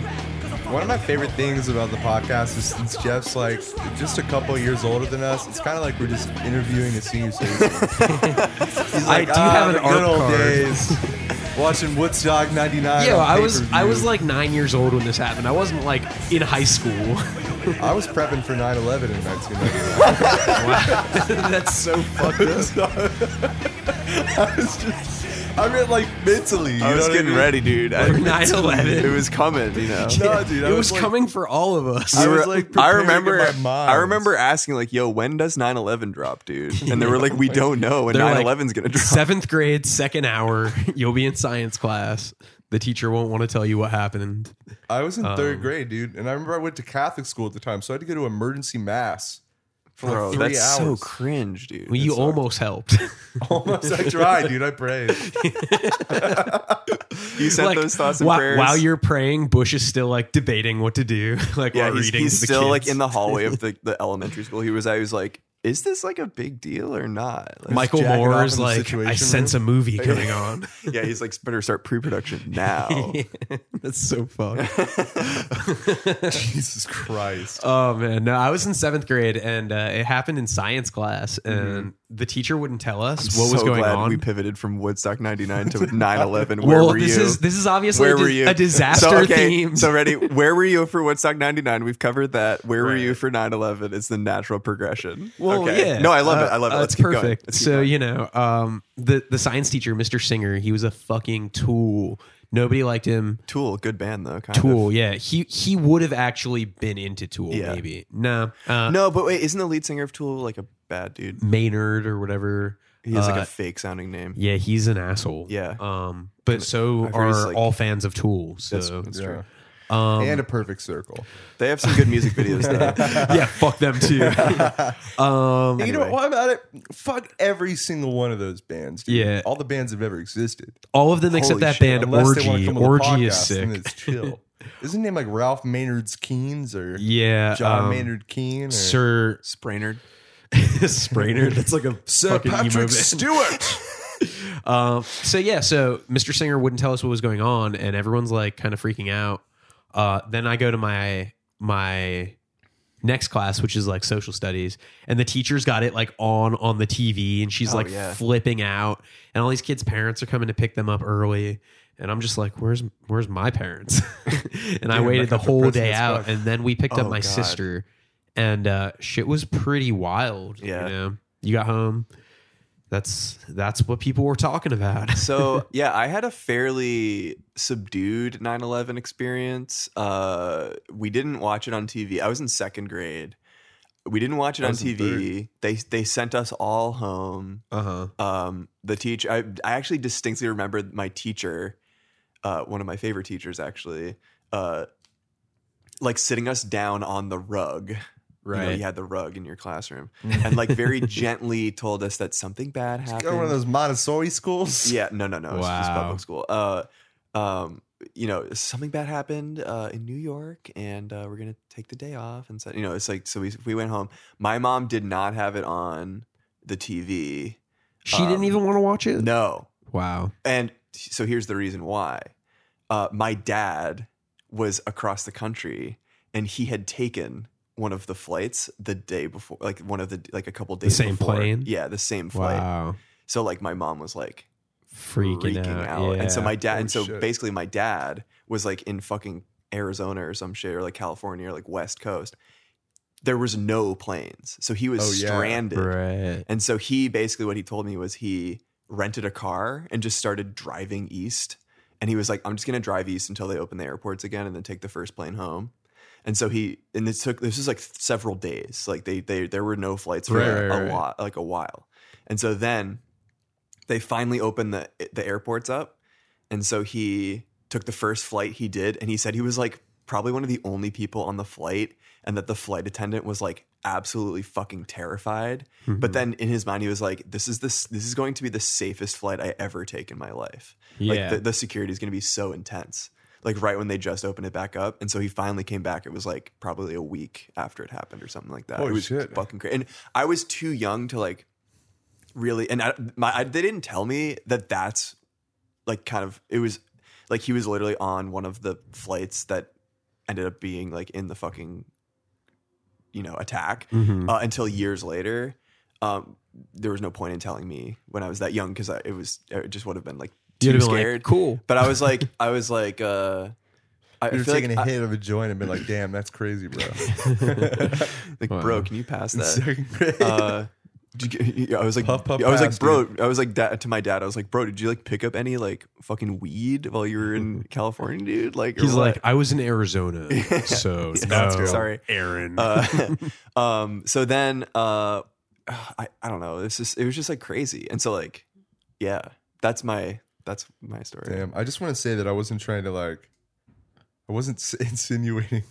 One of my favorite things about the podcast is since Jeff's like just a couple years older than us, it's kind of like we're just interviewing a senior citizen. He's I like, do "Ah, have an the good ARP old card." days. Watching Woodstock '99. Yeah, on well, I was I pay-per-view. was like nine years old when this happened. I wasn't like in high school. I was prepping for 9/11 in 1999. That's so fucked up. I was just, I meant like mentally. You I was know what getting mean? ready, dude. I- For 9/11. It was coming, you know. No, dude, I it was, was, like- coming for all of us. I I, was, re- like, I preparing in remember my mind. I remember asking like, "Yo, when does 9/11 drop, dude?" And they were like, "We don't know when They're like, 9/11's going to drop." Seventh grade, second hour. You'll be in science class. The teacher won't want to tell you what happened. I was Um, in third grade, dude, and I remember I went to Catholic school at the time, so I had to go to emergency mass for Bro, like three that's so hours. cringe, dude. Well, you It's- almost helped. Almost, I tried, dude. I prayed. you sent Like, those thoughts and whi- prayers. While you're praying, Bush is still like debating what to do. Like yeah, while he's, reading he's to the still like kids. in the hallway of the, the elementary school. He was I was like, "Is this like a big deal or not?" Like, Michael jacket Moore off is in the like, Situation I Room." sense a movie coming on. yeah, he's like, "Better start pre-production now." That's so fucked. Jesus Christ. Oh man, no! I was in seventh grade, and uh, it happened in science class, and the teacher wouldn't tell us what was Mm-hmm. so going glad on. We pivoted from Woodstock '99 to 9/11. Where well, were this you? is this is obviously where a, were dis- you? a disaster so, okay, theme. So ready? Where were you for Woodstock '99? We've covered that. Where were you for 9/11? It's the natural progression. well, okay. yeah. No, I love it. Uh, I love it. uh, Let's it's keep perfect. going. Let's keep so going. you know, um, the the science teacher, Mr. Singer, he was a fucking tool. Nobody liked him. Tool, good band though. Kind Tool, yeah. He he would have actually been into Tool, Yeah. maybe. No, uh, Of. No, but wait, isn't the lead singer of Tool like a bad dude? Maynard or whatever. He has like Uh, a fake sounding name. Yeah, he's an asshole. Yeah. Um, but so I've heard he's, are like- all fans of Tool. So That's Yeah. true. Um, and a perfect circle. They have some good music videos though. yeah, fuck them too. um, You know what? What about it? Fuck every single one of those bands. Dude. Yeah. all the bands have ever existed. all of them except Holy that shit, band Unless they wanna Orgy. come on the Orgy is podcast, sick. then It's chill. Isn't his name like Ralph Maynard's Keynes or yeah, John um, Maynard Keynes? Sir Sprainerd. Sprainer. That's like a Sir fucking emo Patrick band. Stewart. Um, so yeah, so Mr. Singer wouldn't tell us what was going on, and everyone's like kind of freaking out. Uh, then I go to my my next class, which is like social studies, and the teacher's got it like on on the TV, and she's Oh, like yeah. flipping out, and all these kids' parents are coming to pick them up early. And I'm just like, where's where's my parents? and I Dude, waited that the got whole depressing day as out, fuck. and then we picked Oh, up my God. sister, and uh, shit was pretty wild. Yeah. you, know? You got home. That's that's what people were talking about. So yeah, I had a fairly subdued 9/11 experience. Uh, we didn't watch it on TV. I was in second grade. We didn't watch it I on was in TV. They they sent us all home. uh huh. Um, the teacher, I, I actually distinctly remember my teacher, uh, one of my favorite teachers actually, uh, like sitting us down on the rug. You, know, Right. you had the rug in your classroom, and like very gently told us that something bad happened. Go to one of those Montessori schools. Yeah, no, no, no. It's just Wow. public school. Uh, um, you know, something bad happened uh, in New York, and uh, we're gonna take the day off, and so you know, it's like so we we went home. My mom did not have it on the TV. She Um, didn't even want to watch it. No, Wow. and so here's the reason why. Uh, my dad was across the country, and he had taken one of the flights the day before, like one of the like a couple days. same before. plane? Yeah, the same flight. Wow. So like, my mom was like Freaking, out. And so Yeah. my dad, Oh, and so shit. basically my dad was like in fucking Arizona or some shit, or like California, or like West Coast. There was no planes, so he was Oh, yeah. stranded. Right. And so he basically what he told me was he rented a car and just started driving east. And he was like, "I'm just gonna drive east until they open the airports again, and then take the first plane home." And so he and this took this was like several days. Like they they there were no flights for Right, a right, right. lot like a while. And so then they finally opened the the airports up, and so he took the first flight he did, and he said he was like probably one of the only people on the flight, and that the flight attendant was like absolutely fucking terrified. But then in his mind, he was like, "This is this this is going to be the safest flight I ever take in my life. Like Yeah. the, the security is going to be so intense." Like right when they just opened it back up, and so he finally came back. It was like probably a week after it happened or something like that. Holy Uh, it was shit. fucking crazy. And I was too young to like really and I, my I, they didn't tell me that that's like kind of it was like he was literally on one of the flights that ended up being like in the fucking you know attack Mm-hmm. uh, until years later um there was no point in telling me when i was that young because it was it just would have been like too You'd have been like, scared cool. but i was like i was like uh I You're feel like taking I- a hit of a joint and been like, damn, that's crazy, bro. like bro can you pass that Second grade. uh, did you get- I was like, Puff, puff, I was like, pass, bro. I was like, da- to my dad, I was like, bro, did you like pick up any like fucking weed while you were in California, dude? Like, or He's what? like, I was in Arizona, so that's no, good. Sorry. Aaron. uh, um, so then, uh, I I don't know. This is it was just like crazy, and so like, yeah, that's my that's my story. Damn, I just want to say that I wasn't trying to like, I wasn't s- insinuating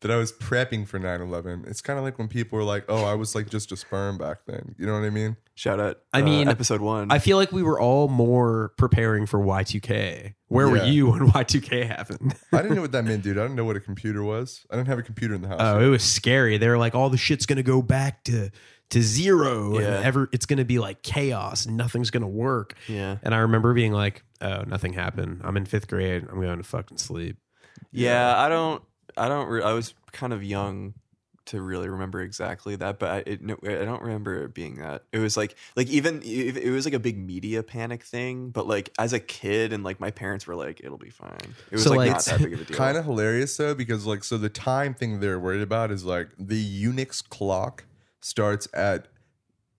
that I was prepping for 9 11. It's kind of like when people were like, oh, I was like just a sperm back then. You know what I mean? Shout out. I uh, mean, episode one. I feel like we were all more preparing for Y2K. Where were Yeah. you when Y2K happened? I didn't know what that meant, dude. I didn't know what a computer was. I didn't have a computer in the house. Oh, it was scary. They were like, all the shit's gonna go back to to zero, Yeah. and ever it's gonna be like chaos, and nothing's gonna work. yeah, And I remember being like, oh, nothing happened. I'm in fifth grade. I'm going to fucking sleep. yeah. I don't. I don't. Re- I was kind of young to really remember exactly that, but I, it, no, I don't remember it being that. It was like like even it it was like a big media panic thing, but like as a kid and like my parents were like, "It'll be fine." It was So, like, like, not that big of a deal. kind of hilarious though because like so the time thing they're worried about is like the unix clock starts at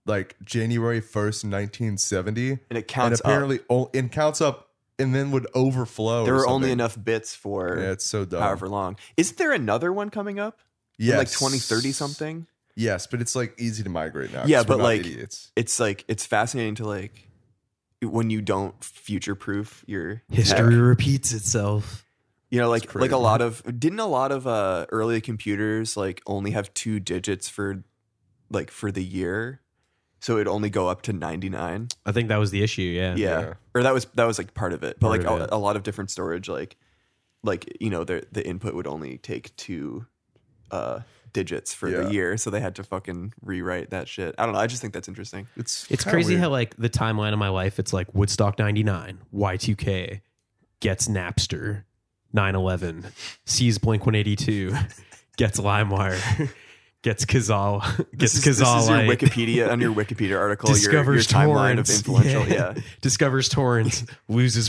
like january 1st 1970 and it counts. and apparently o- and counts up and then would overflow up. there or were only something. enough bits for yeah it's so dumb however long. Isn't there another one coming up? yes. like twenty thirty something. yes but it's like easy to migrate now 'cause Yeah, we're but, not like- idiots It's like it's fascinating to like when you don't future proof your History repeats itself. You know, like like crazy. a lot of didn't a lot of uh early computers like only have two digits for like for the year, so it'd only go up to ninety nine. I think that was the issue. Yeah. Yeah. Yeah. or that was that was like part of it. But Part like of a, it. a lot of different storage, like like you know, the the input would only take two uh digits for Yeah. the year, so they had to fucking rewrite that shit. I don't know. I just think that's interesting. it's It's kinda crazy weird. how like the timeline of my life, it's like Woodstock 99, Y2K, gets Napster, 9-11, sees Blink 182, gets LimeWire, gets Kazal gets this, is, this is your Kazalite. Wikipedia on your Wikipedia article. your- your, discovers timeline of Torrance. influential. Yeah. discovers Torrance, loses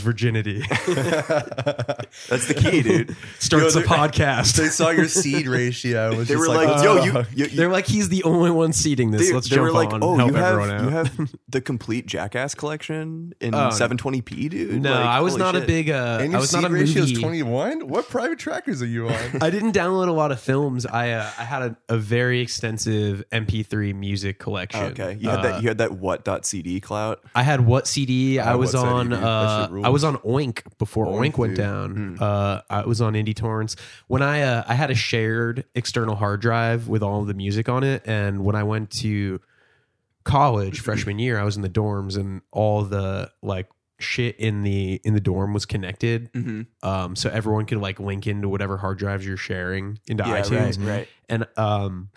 virginity, that's the key, dude. starts Yo, a they're- podcast. They saw your seed ratio. and Was They just were like, "Yo, you, "Oh." you, you They're like, he's the only one seeding this. they, Let's they jump were like, on. oh, help you have everyone out. you have the complete Jackass collection in Oh, no. 720p, dude. no, Like, I was holy not a shit. big. Uh, And I your was not a seed ratio is movie- 21? What private trackers are you on? I didn't download a lot of films. I uh, I had a, a very extensive MP3 music collection. Oh, Okay, you had Uh, that. You had that what.cd clout. I had what CD? I Oh, was What CD, on. dude. That Uh, shit rules. I was on Oink before Oink, Oink, went dude. Hmm. down. Uh, I was on Indie Torrents when I uh, I had a shared external hard drive with all of the music on it, and when I went to college freshman year, I was in the dorms, and all the like shit in the in the dorm was connected, Mm-hmm. um, so everyone could like link into whatever hard drives you're sharing into Yeah, iTunes right, right. and um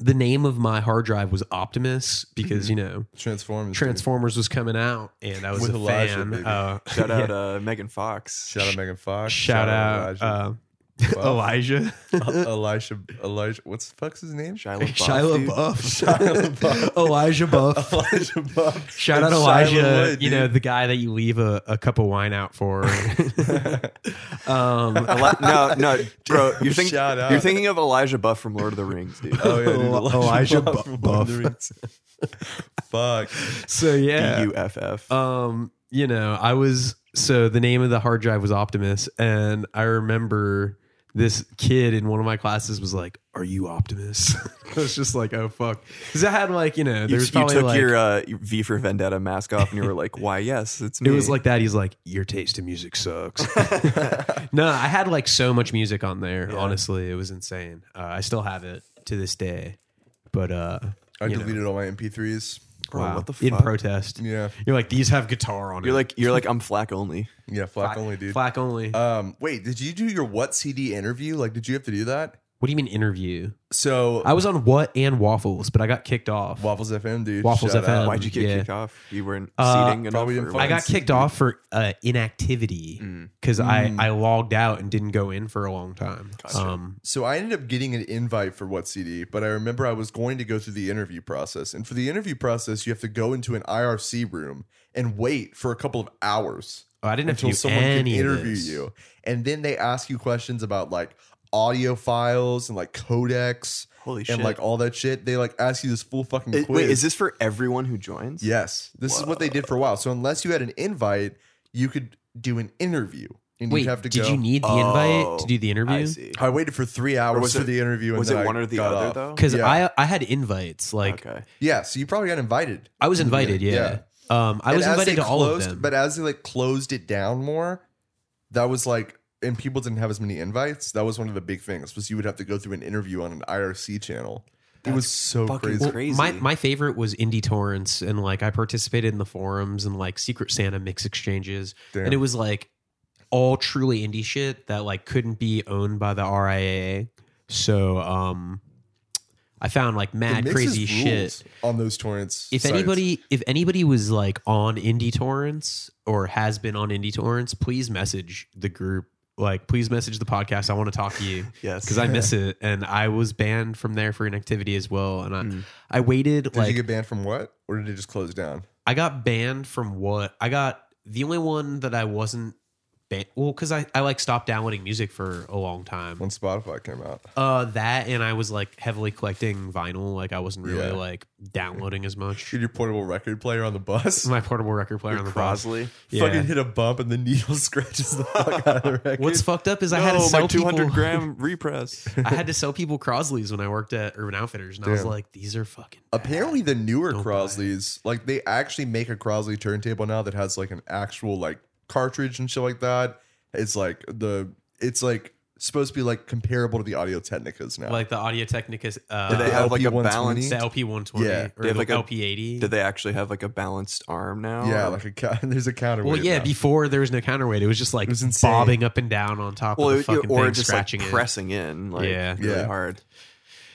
the name of my hard drive was Optimus because Mm-hmm. you know Transformers. dude. Transformers was coming out and I was With a Elijah, fan. baby. Uh, Shout out yeah. uh, Megan Fox. Shout out Megan Fox. shout out Elijah. uh, Wow. Elijah Elisha, Elijah, what's the fuck's his name? Shia LaBeouf. uh, Shia dude. Buff, Shia LaBeouf. Elijah Buff. Elijah Buff. Shout out And Shia Elijah, LaWood, you know dude. the guy that you leave a, a cup of wine out for. um, Eli- no, no, bro. You're, think- Shout out. you're thinking of Elijah Buff from Lord of the Rings, dude. Oh yeah, dude, Elijah, Elijah Buff. Bu- from Lord of the Rings. Fuck. so yeah, B-U-F-F. um, you know, I was so the name of the hard drive was Optimus, and I remember this kid in one of my classes was like, "Are you Optimus?" I was just like, "Oh fuck," because I had like you know, you, there was you probably took like your uh, V for Vendetta mask off, and you were like, "Why? Yes, it's me." it was like that. He's like, "Your taste in music sucks." no, I had like so much music on there. Honestly, it was insane. Uh, I still have it to this day, but uh, I you know, deleted all my MP3s. Bro, wow, what the in fuck? protest. Yeah, You're like these have guitar on it. you're like, you're like, I'm flack only. yeah, flack only, dude. Flack only. Um, wait, did you do your what CD interview? Like, did you have to do that? what do you mean interview? So I was on what and waffles, but I got kicked off. Waffles FM, dude. Waffles shout FM. out. Why'd you get Um, yeah. kicked off? You weren't Uh, seating enough. probably didn't or fuck I what? got kicked off for uh, inactivity Mm. because I, I logged out and didn't go in for a long time. Um, So I ended up getting an invite for what CD, but I remember I was going to go through the interview process. And for the interview process, you have to go into an IRC room and wait for a couple of hours. oh, I didn't have to until do someone can any of interview this. you. And then they ask you questions about like audio files and like codecs Holy and shit. like all that shit. They like ask you this full fucking It- quiz. wait, is this for everyone who joins? Yes. This is what they did for a while. So unless you had an invite, you could do an interview. And Wait, you'd have to did go. you need the Oh, invite to do the I interview? see. I waited for three hours was for it- the interview. And was then it I one or the got other off. though? Because Yeah. I I had invites. Like Okay. Yeah, so you probably got invited. I was invited. Yeah. Um, I And was as invited they to all of closed- them. But as they like closed it down more, that was like, and people didn't have as many invites. That was one of the big things was you would have to go through an interview on an IRC channel. it was so fucking crazy. It's Well, crazy. My my favorite was Indie Torrents, and like I participated in the forums and like Secret Santa mix exchanges, Damn. and it was like all truly indie shit that like couldn't be owned by the RIAA. So um, I found like The mad mixes crazy rules shit. on those torrents. If sites. anybody if anybody was like on Indie Torrents or has been on Indie Torrents, please message the group. Like, please message the podcast. I want to talk to you. Yes. because I miss it, and I was banned from there for inactivity as well. And I, I waited Hmm. did like you get banned from what, or did it just close down? I got banned from what I got. The only one that I wasn't banned, well, because I I like stopped downloading music for a long time. When Spotify came out, Uh, that and I was like heavily collecting vinyl. Like I wasn't really Yeah. like downloading as much. shoot your portable record player on the bus. My portable record player on the bus. Crosley. Yeah. Fucking hit a bump and the needle scratches the fuck out of the record. What's fucked up is I had to No, my sell 200 people. gram repress. I had to sell people Crosleys when I worked at Urban Outfitters, and I was Damn. like, "These are fucking." Apparently, the newer Don't buy it. Crosleys, like they actually make a Crosley turntable now that has like an actual like cartridge and shit like that. It's like the it's like supposed to be like comparable to the Audio Technicas now. Like the Audio Technica, uh, Do they have like a LP120? balanced? the LP one twenty Yeah. or They have the like a- LP eighty. Do they actually have like a balanced arm now? yeah, Or- like a ca- there's a counterweight. Well, yeah. now. Before there was no counterweight, it was just like It was insane. bobbing up and down on top well, of it- the fucking or thing, just like scratching it. pressing in, like Yeah. really Yeah. hard.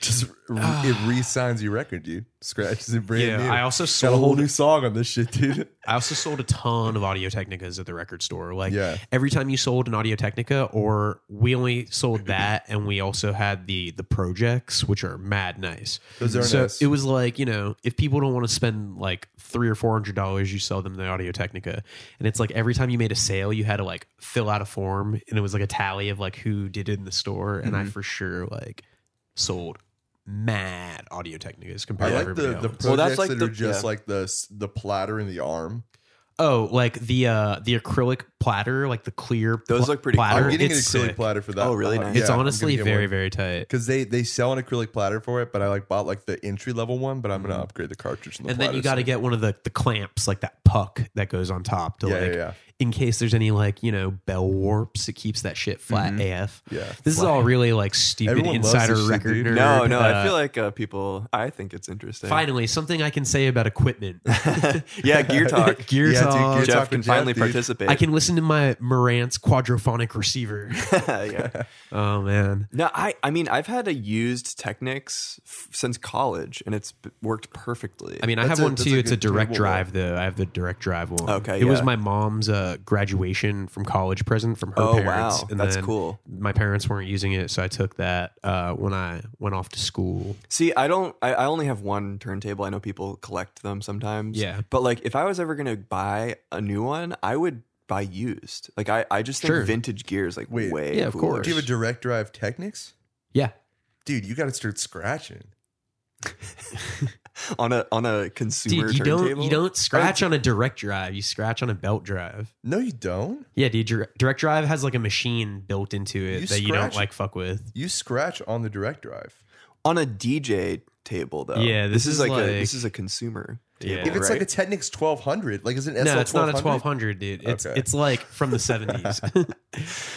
Just re- it re-signs your record, dude. Scratches it brand Ah. Yeah, new. I also got a whole sold- new song on this shit, dude. I also sold a ton of Audio Technicas at the record store. Like Yeah. every time you sold an Audio Technica, or we only sold that, and we also had the the projects, which are mad nice. Those are so nice. it was like you know, if people don't want to spend like three or four hundred dollars, you sell them the Audio Technica, and it's like every time you made a sale, you had to like fill out a form, and it was like a tally of like who did it in the store, and Mm-hmm. I for sure like sold mad Audio Technicas I compared to like everybody the the else. projects Well, that's like that the- are just yeah. like the s- the platter in the arm. Oh, like the uh the acrylic platter, like the clear. Those look pretty cool. platter. I'm getting Oh, it's an acrylic sick. platter for that. Oh, really? Nice. It's honestly very very tight. because they they sell an acrylic platter for it, but I like bought like the entry level one, but I'm gonna upgrade the cartridge. And, the Mm-hmm. And then you platter, got to so- get one of the the clamps, like that puck that goes on top to Yeah, like. yeah, yeah. In case there's any like you know bell warps, it keeps that shit flat AF. Mm-hmm. Yeah. this is all really like stupid Everyone loves insider this shit, record. dude. nerd, No, no. I uh, feel like uh, people. I think it's interesting. finally something I can say about equipment. yeah, gear talk. Gear Yeah, dude, Talk. gear Jeff talk can with Jeff, finally dude. participate. I can listen to my Marantz quadrophonic receiver. yeah. oh man, No, I. I mean, I've had a used Technics f- since college, and it's b- worked perfectly. I mean, I That's have a- one that's too. a it's a good direct doable drive, though. I have the direct drive one. Okay, It was yeah. my mom's uh, graduation from college present from her Oh, parents. wow. That's then cool. My parents weren't using it, so I took that uh, when I went off to school. See, I don't. I, I only have one turntable. I know people collect them sometimes. Yeah. But like, if I was ever gonna buy a new one, I would buy used. Like, I, I just think Sure. vintage gear is like Wait. way. Yeah, of cooler. course. Do you have a direct drive Technics, Yeah. dude? You got to start scratching. on a on a consumer Dude, you turntable. don't, you don't scratch on a direct drive. You scratch on a belt drive. No, you don't. Yeah, dude. dir- Direct drive has like a machine built into it You that you don't scratch- like fuck with. You scratch on the direct drive. on a DJ table though. Yeah, this is like, a this like- is a consumer. Yeah. if it's like a right? Technics 1200, like is it an SL no, it's not a 1200? 1200, dude. It's Okay. it's like from the 70s.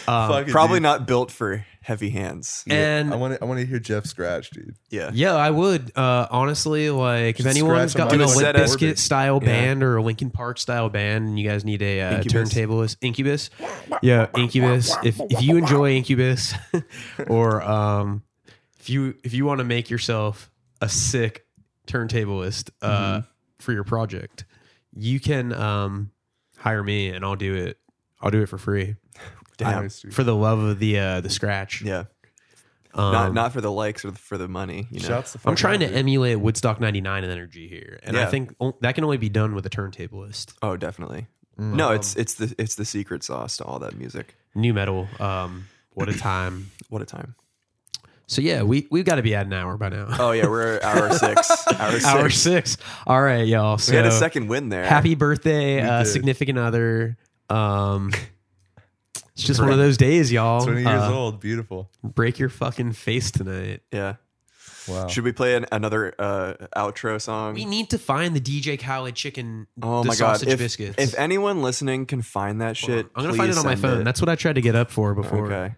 um, Fuck it, Probably dude. not built for heavy hands. And I want to I want to hear Jeff scratch, dude. Yeah. Yeah, I would. Uh, honestly, like if Just anyone's scratch got them like a out. Do a Limp set up. Bizkit style Yeah. band or a Linkin Park style band, and you guys need a uh, Incubus. turntable, is Incubus. Yeah, Incubus. If if you enjoy Incubus, or um, if you if you want to make yourself a sick turntablist uh, Mm-hmm. for your project, you can um, hire me, and I'll do it. I'll do it for free Damn. Nice, dude. for the love of the uh, the scratch. Yeah. Um, Not not for the likes or for the money. You know. Shouts the I'm fuck trying out, to dude. emulate Woodstock 99 energy here, and I Yeah. think o- that can only be done with a turntablist. Oh, definitely. No, it's it's the it's the secret sauce to all that music. New metal, um, what a time! What a time. So yeah, we we've got to be at an hour by now. Oh yeah, we're hour six. Hour six. hour six. All right, y'all. So We had a second win there. happy birthday, uh, did. significant other. Um, it's just one of those days, y'all. 20 years Uh, old, beautiful. Break your fucking face tonight. Yeah. Wow. Should we play an, another uh, outro song? We need to find the DJ Khaled chicken. oh the my god! sausage If, biscuits. if anyone listening can find that shit, I'm gonna find please it on my send phone. it. That's what I tried to get up for before. okay.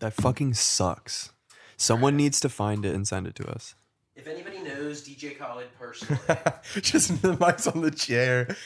That fucking sucks. Someone needs to find it and send it to us. If anybody knows DJ Khaled personally. Just the mic's on the chair.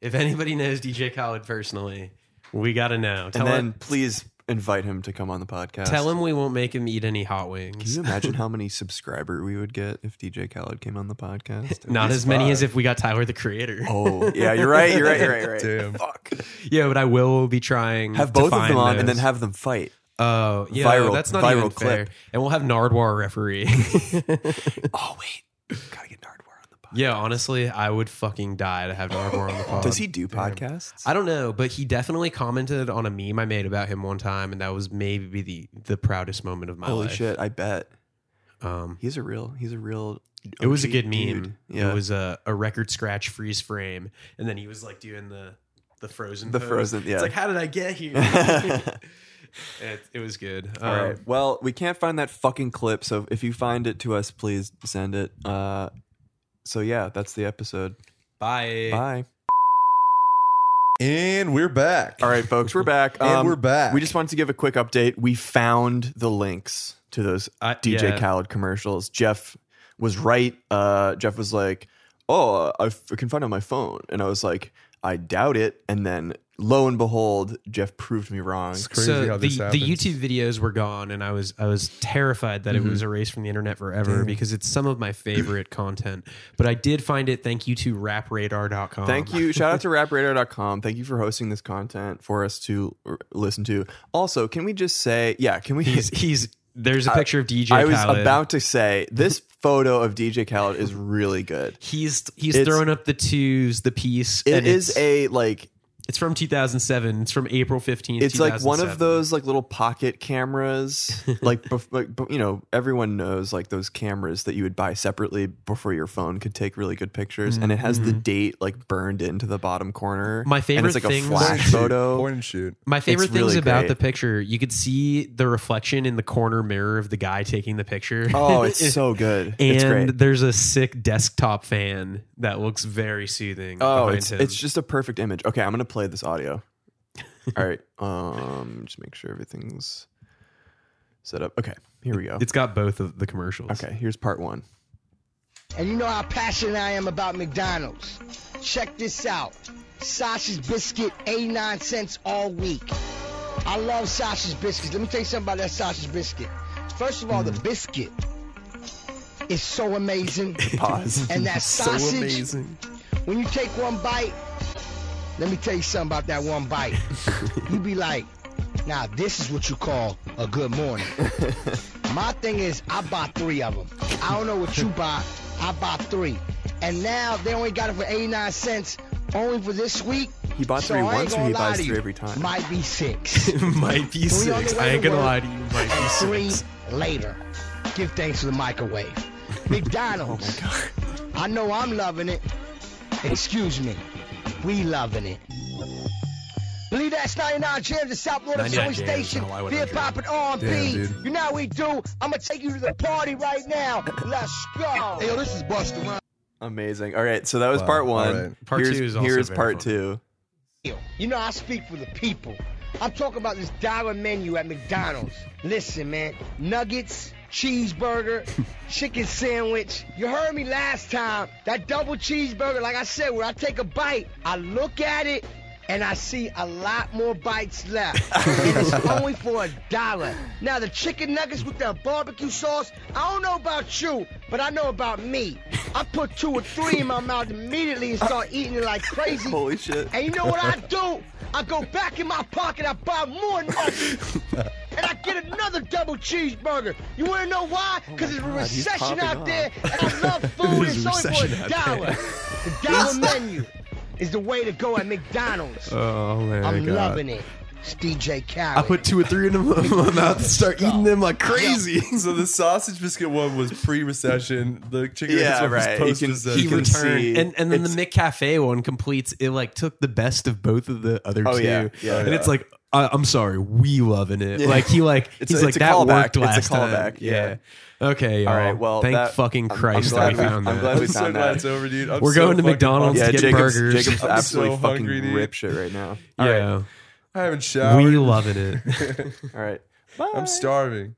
If anybody knows DJ Khaled personally, we gotta know. Tell and then him, please invite him to come on the podcast. tell him we won't make him eat any hot wings. Can you imagine how many subscriber we would get if DJ Khaled came on the podcast? Not as many as if we got Tyler the Creator. oh, yeah, you're right. You're right. You're right. You're right. Damn. Fuck. Yeah, but I will be trying. Have to both of find them on and those. then have them fight. oh yeah, viral- that's not viral even fair. clip. And we'll have Nardwar referee. Oh wait, gotta get Nardwar on the podcast. yeah, honestly, I would fucking die to have Nardwar on the pod. Does he do podcasts? I don't know, but he definitely commented on a meme I made about him one time, and that was maybe the the proudest moment of my Holy life. shit! I bet Um, he's a real. He's a real. It was a OG good dude. meme. Yeah. It was a, a record scratch freeze frame, and then he was like doing the the frozen The pose. frozen, yeah. It's like how did I get here? Um, it, it was good. Um, All right. Well, we can't find that fucking clip, so if you find it to us, please send it. Uh, so yeah, that's the episode. Bye. Bye. And we're back. All right, folks, we're back. Um, And we're back. We just wanted to give a quick update. We found the links to those I- DJ Uh, yeah. Khaled commercials. Jeff was right. Uh, Jeff was like, "Oh, I f- can find it on my phone," and I was like, "I doubt it." And then lo and behold, Jeff proved me wrong. It's crazy so how the, this the happens. YouTube videos were gone, and I was I was terrified that it Mm-hmm. was erased from the internet forever because it's some of my favorite content. But I did find it. Thank you to RapRadar.com. Thank you. Shout out to rapradar.com. Thank you for hosting this content for us to r- listen to. Also, can we just say, yeah, can we? He's, he's there's a picture of DJ. I was Khaled. about to say this photo of DJ Khaled is really good. He's he's It's- throwing up the twos, the piece. It and is it's, a like It's from 2007. It's from April 15th. it's like one of 2007. those like little pocket cameras like, bef- like b- you know everyone knows like those cameras that you would buy separately before your phone could take really good pictures and it has the date like burned into the bottom corner Mm-hmm. My and favorite it's like things- a Point and flash shoot. photo Point and shoot. My favorite It's things really about great. the picture, you could see the reflection in the corner mirror of the guy taking the picture. oh it's so good and it's great there's a sick desktop fan that looks very soothing. oh behind it's, him. it's just a perfect image okay i'm gonna play this audio all right um just make sure everything's set up okay here we go it's got both of the commercials. okay here's part one And you know how passionate I am about McDonald's. Check this out. Sasha's biscuit, 89 cents all week. I love Sasha's biscuits. Let me tell you something about that Sasha's biscuit. First of all, the biscuit is so amazing. pause And that sausage, amazing. when you take one bite, let me tell you something about that one bite. you be like, now this is what you call a good morning. My thing is, I bought three of them. I don't know what you bought. I bought three. And now they only got it for 89 cents only for this week. He bought so three I ain't once or gonna he lie buys to three you. every time? Might be six. might be Three on the six. way I ain't to gonna work. lie to you. Might be three six. later. Give thanks to the microwave. McDonald's. I know I'm loving it. Excuse me. We loving it. Believe that's 99 Jams, the South Florida 99 Soul Jams, Station. no, I wouldn't Hip hop and R&B. Damn, dude. you know how we do. I'm going to take you to the party right now. Let's go. Hey, yo, this is Buster Rhymes. Amazing. All right, so that was Wow, part one. all right. Part here's, two is also here's very part fun. two. You know, I speak for the people. I'm talking about this dollar menu at McDonald's. Listen, man, nuggets, cheeseburger, chicken sandwich. You heard me last time. That double cheeseburger, like I said, when I take a bite, I look at it and I see a lot more bites left. and it's only for a dollar. Now, the chicken nuggets with the barbecue sauce, I don't know about you, but I know about me. I put two or three in my mouth immediately and start eating it like crazy. Holy shit. And you know what I do? I go back in my pocket, I buy more nuggets, and I get another double cheeseburger. You want to know why? Oh Because it's a he's recession popping out off. there, and I love food. There's it's a only for recession a out dollar. there. The dollar menu is the way to go at McDonald's. Oh man, I'm loving it. It's DJ Khaled. I put two or three in my my mouth and start eating them like crazy. So the sausage biscuit one was pre-recession. The chicken Yeah, biscuit right. You was can- post-recession. you he can returned, see and and then it's- the Mick Cafe one completes. It like took the best of both of the other two, Oh, yeah. Yeah, and yeah. it's like I, I'm sorry, we loving it. Like he like It's he's a- like it's a that callback. It's worked a last callback, time. yeah. Okay. All All right, right. well, Well, thank that- fucking I'm- Christ I'm glad that we we- found I'm that. glad I'm we so found glad that. it's over, dude. I'm We're so going to fucking McDonald's hungry. to Yeah, get Jacob's, burgers. Jacob's I'm absolutely so fucking hungry, dude. rip shit right now. yeah. I haven't showered. We loving it. All right. I'm starving.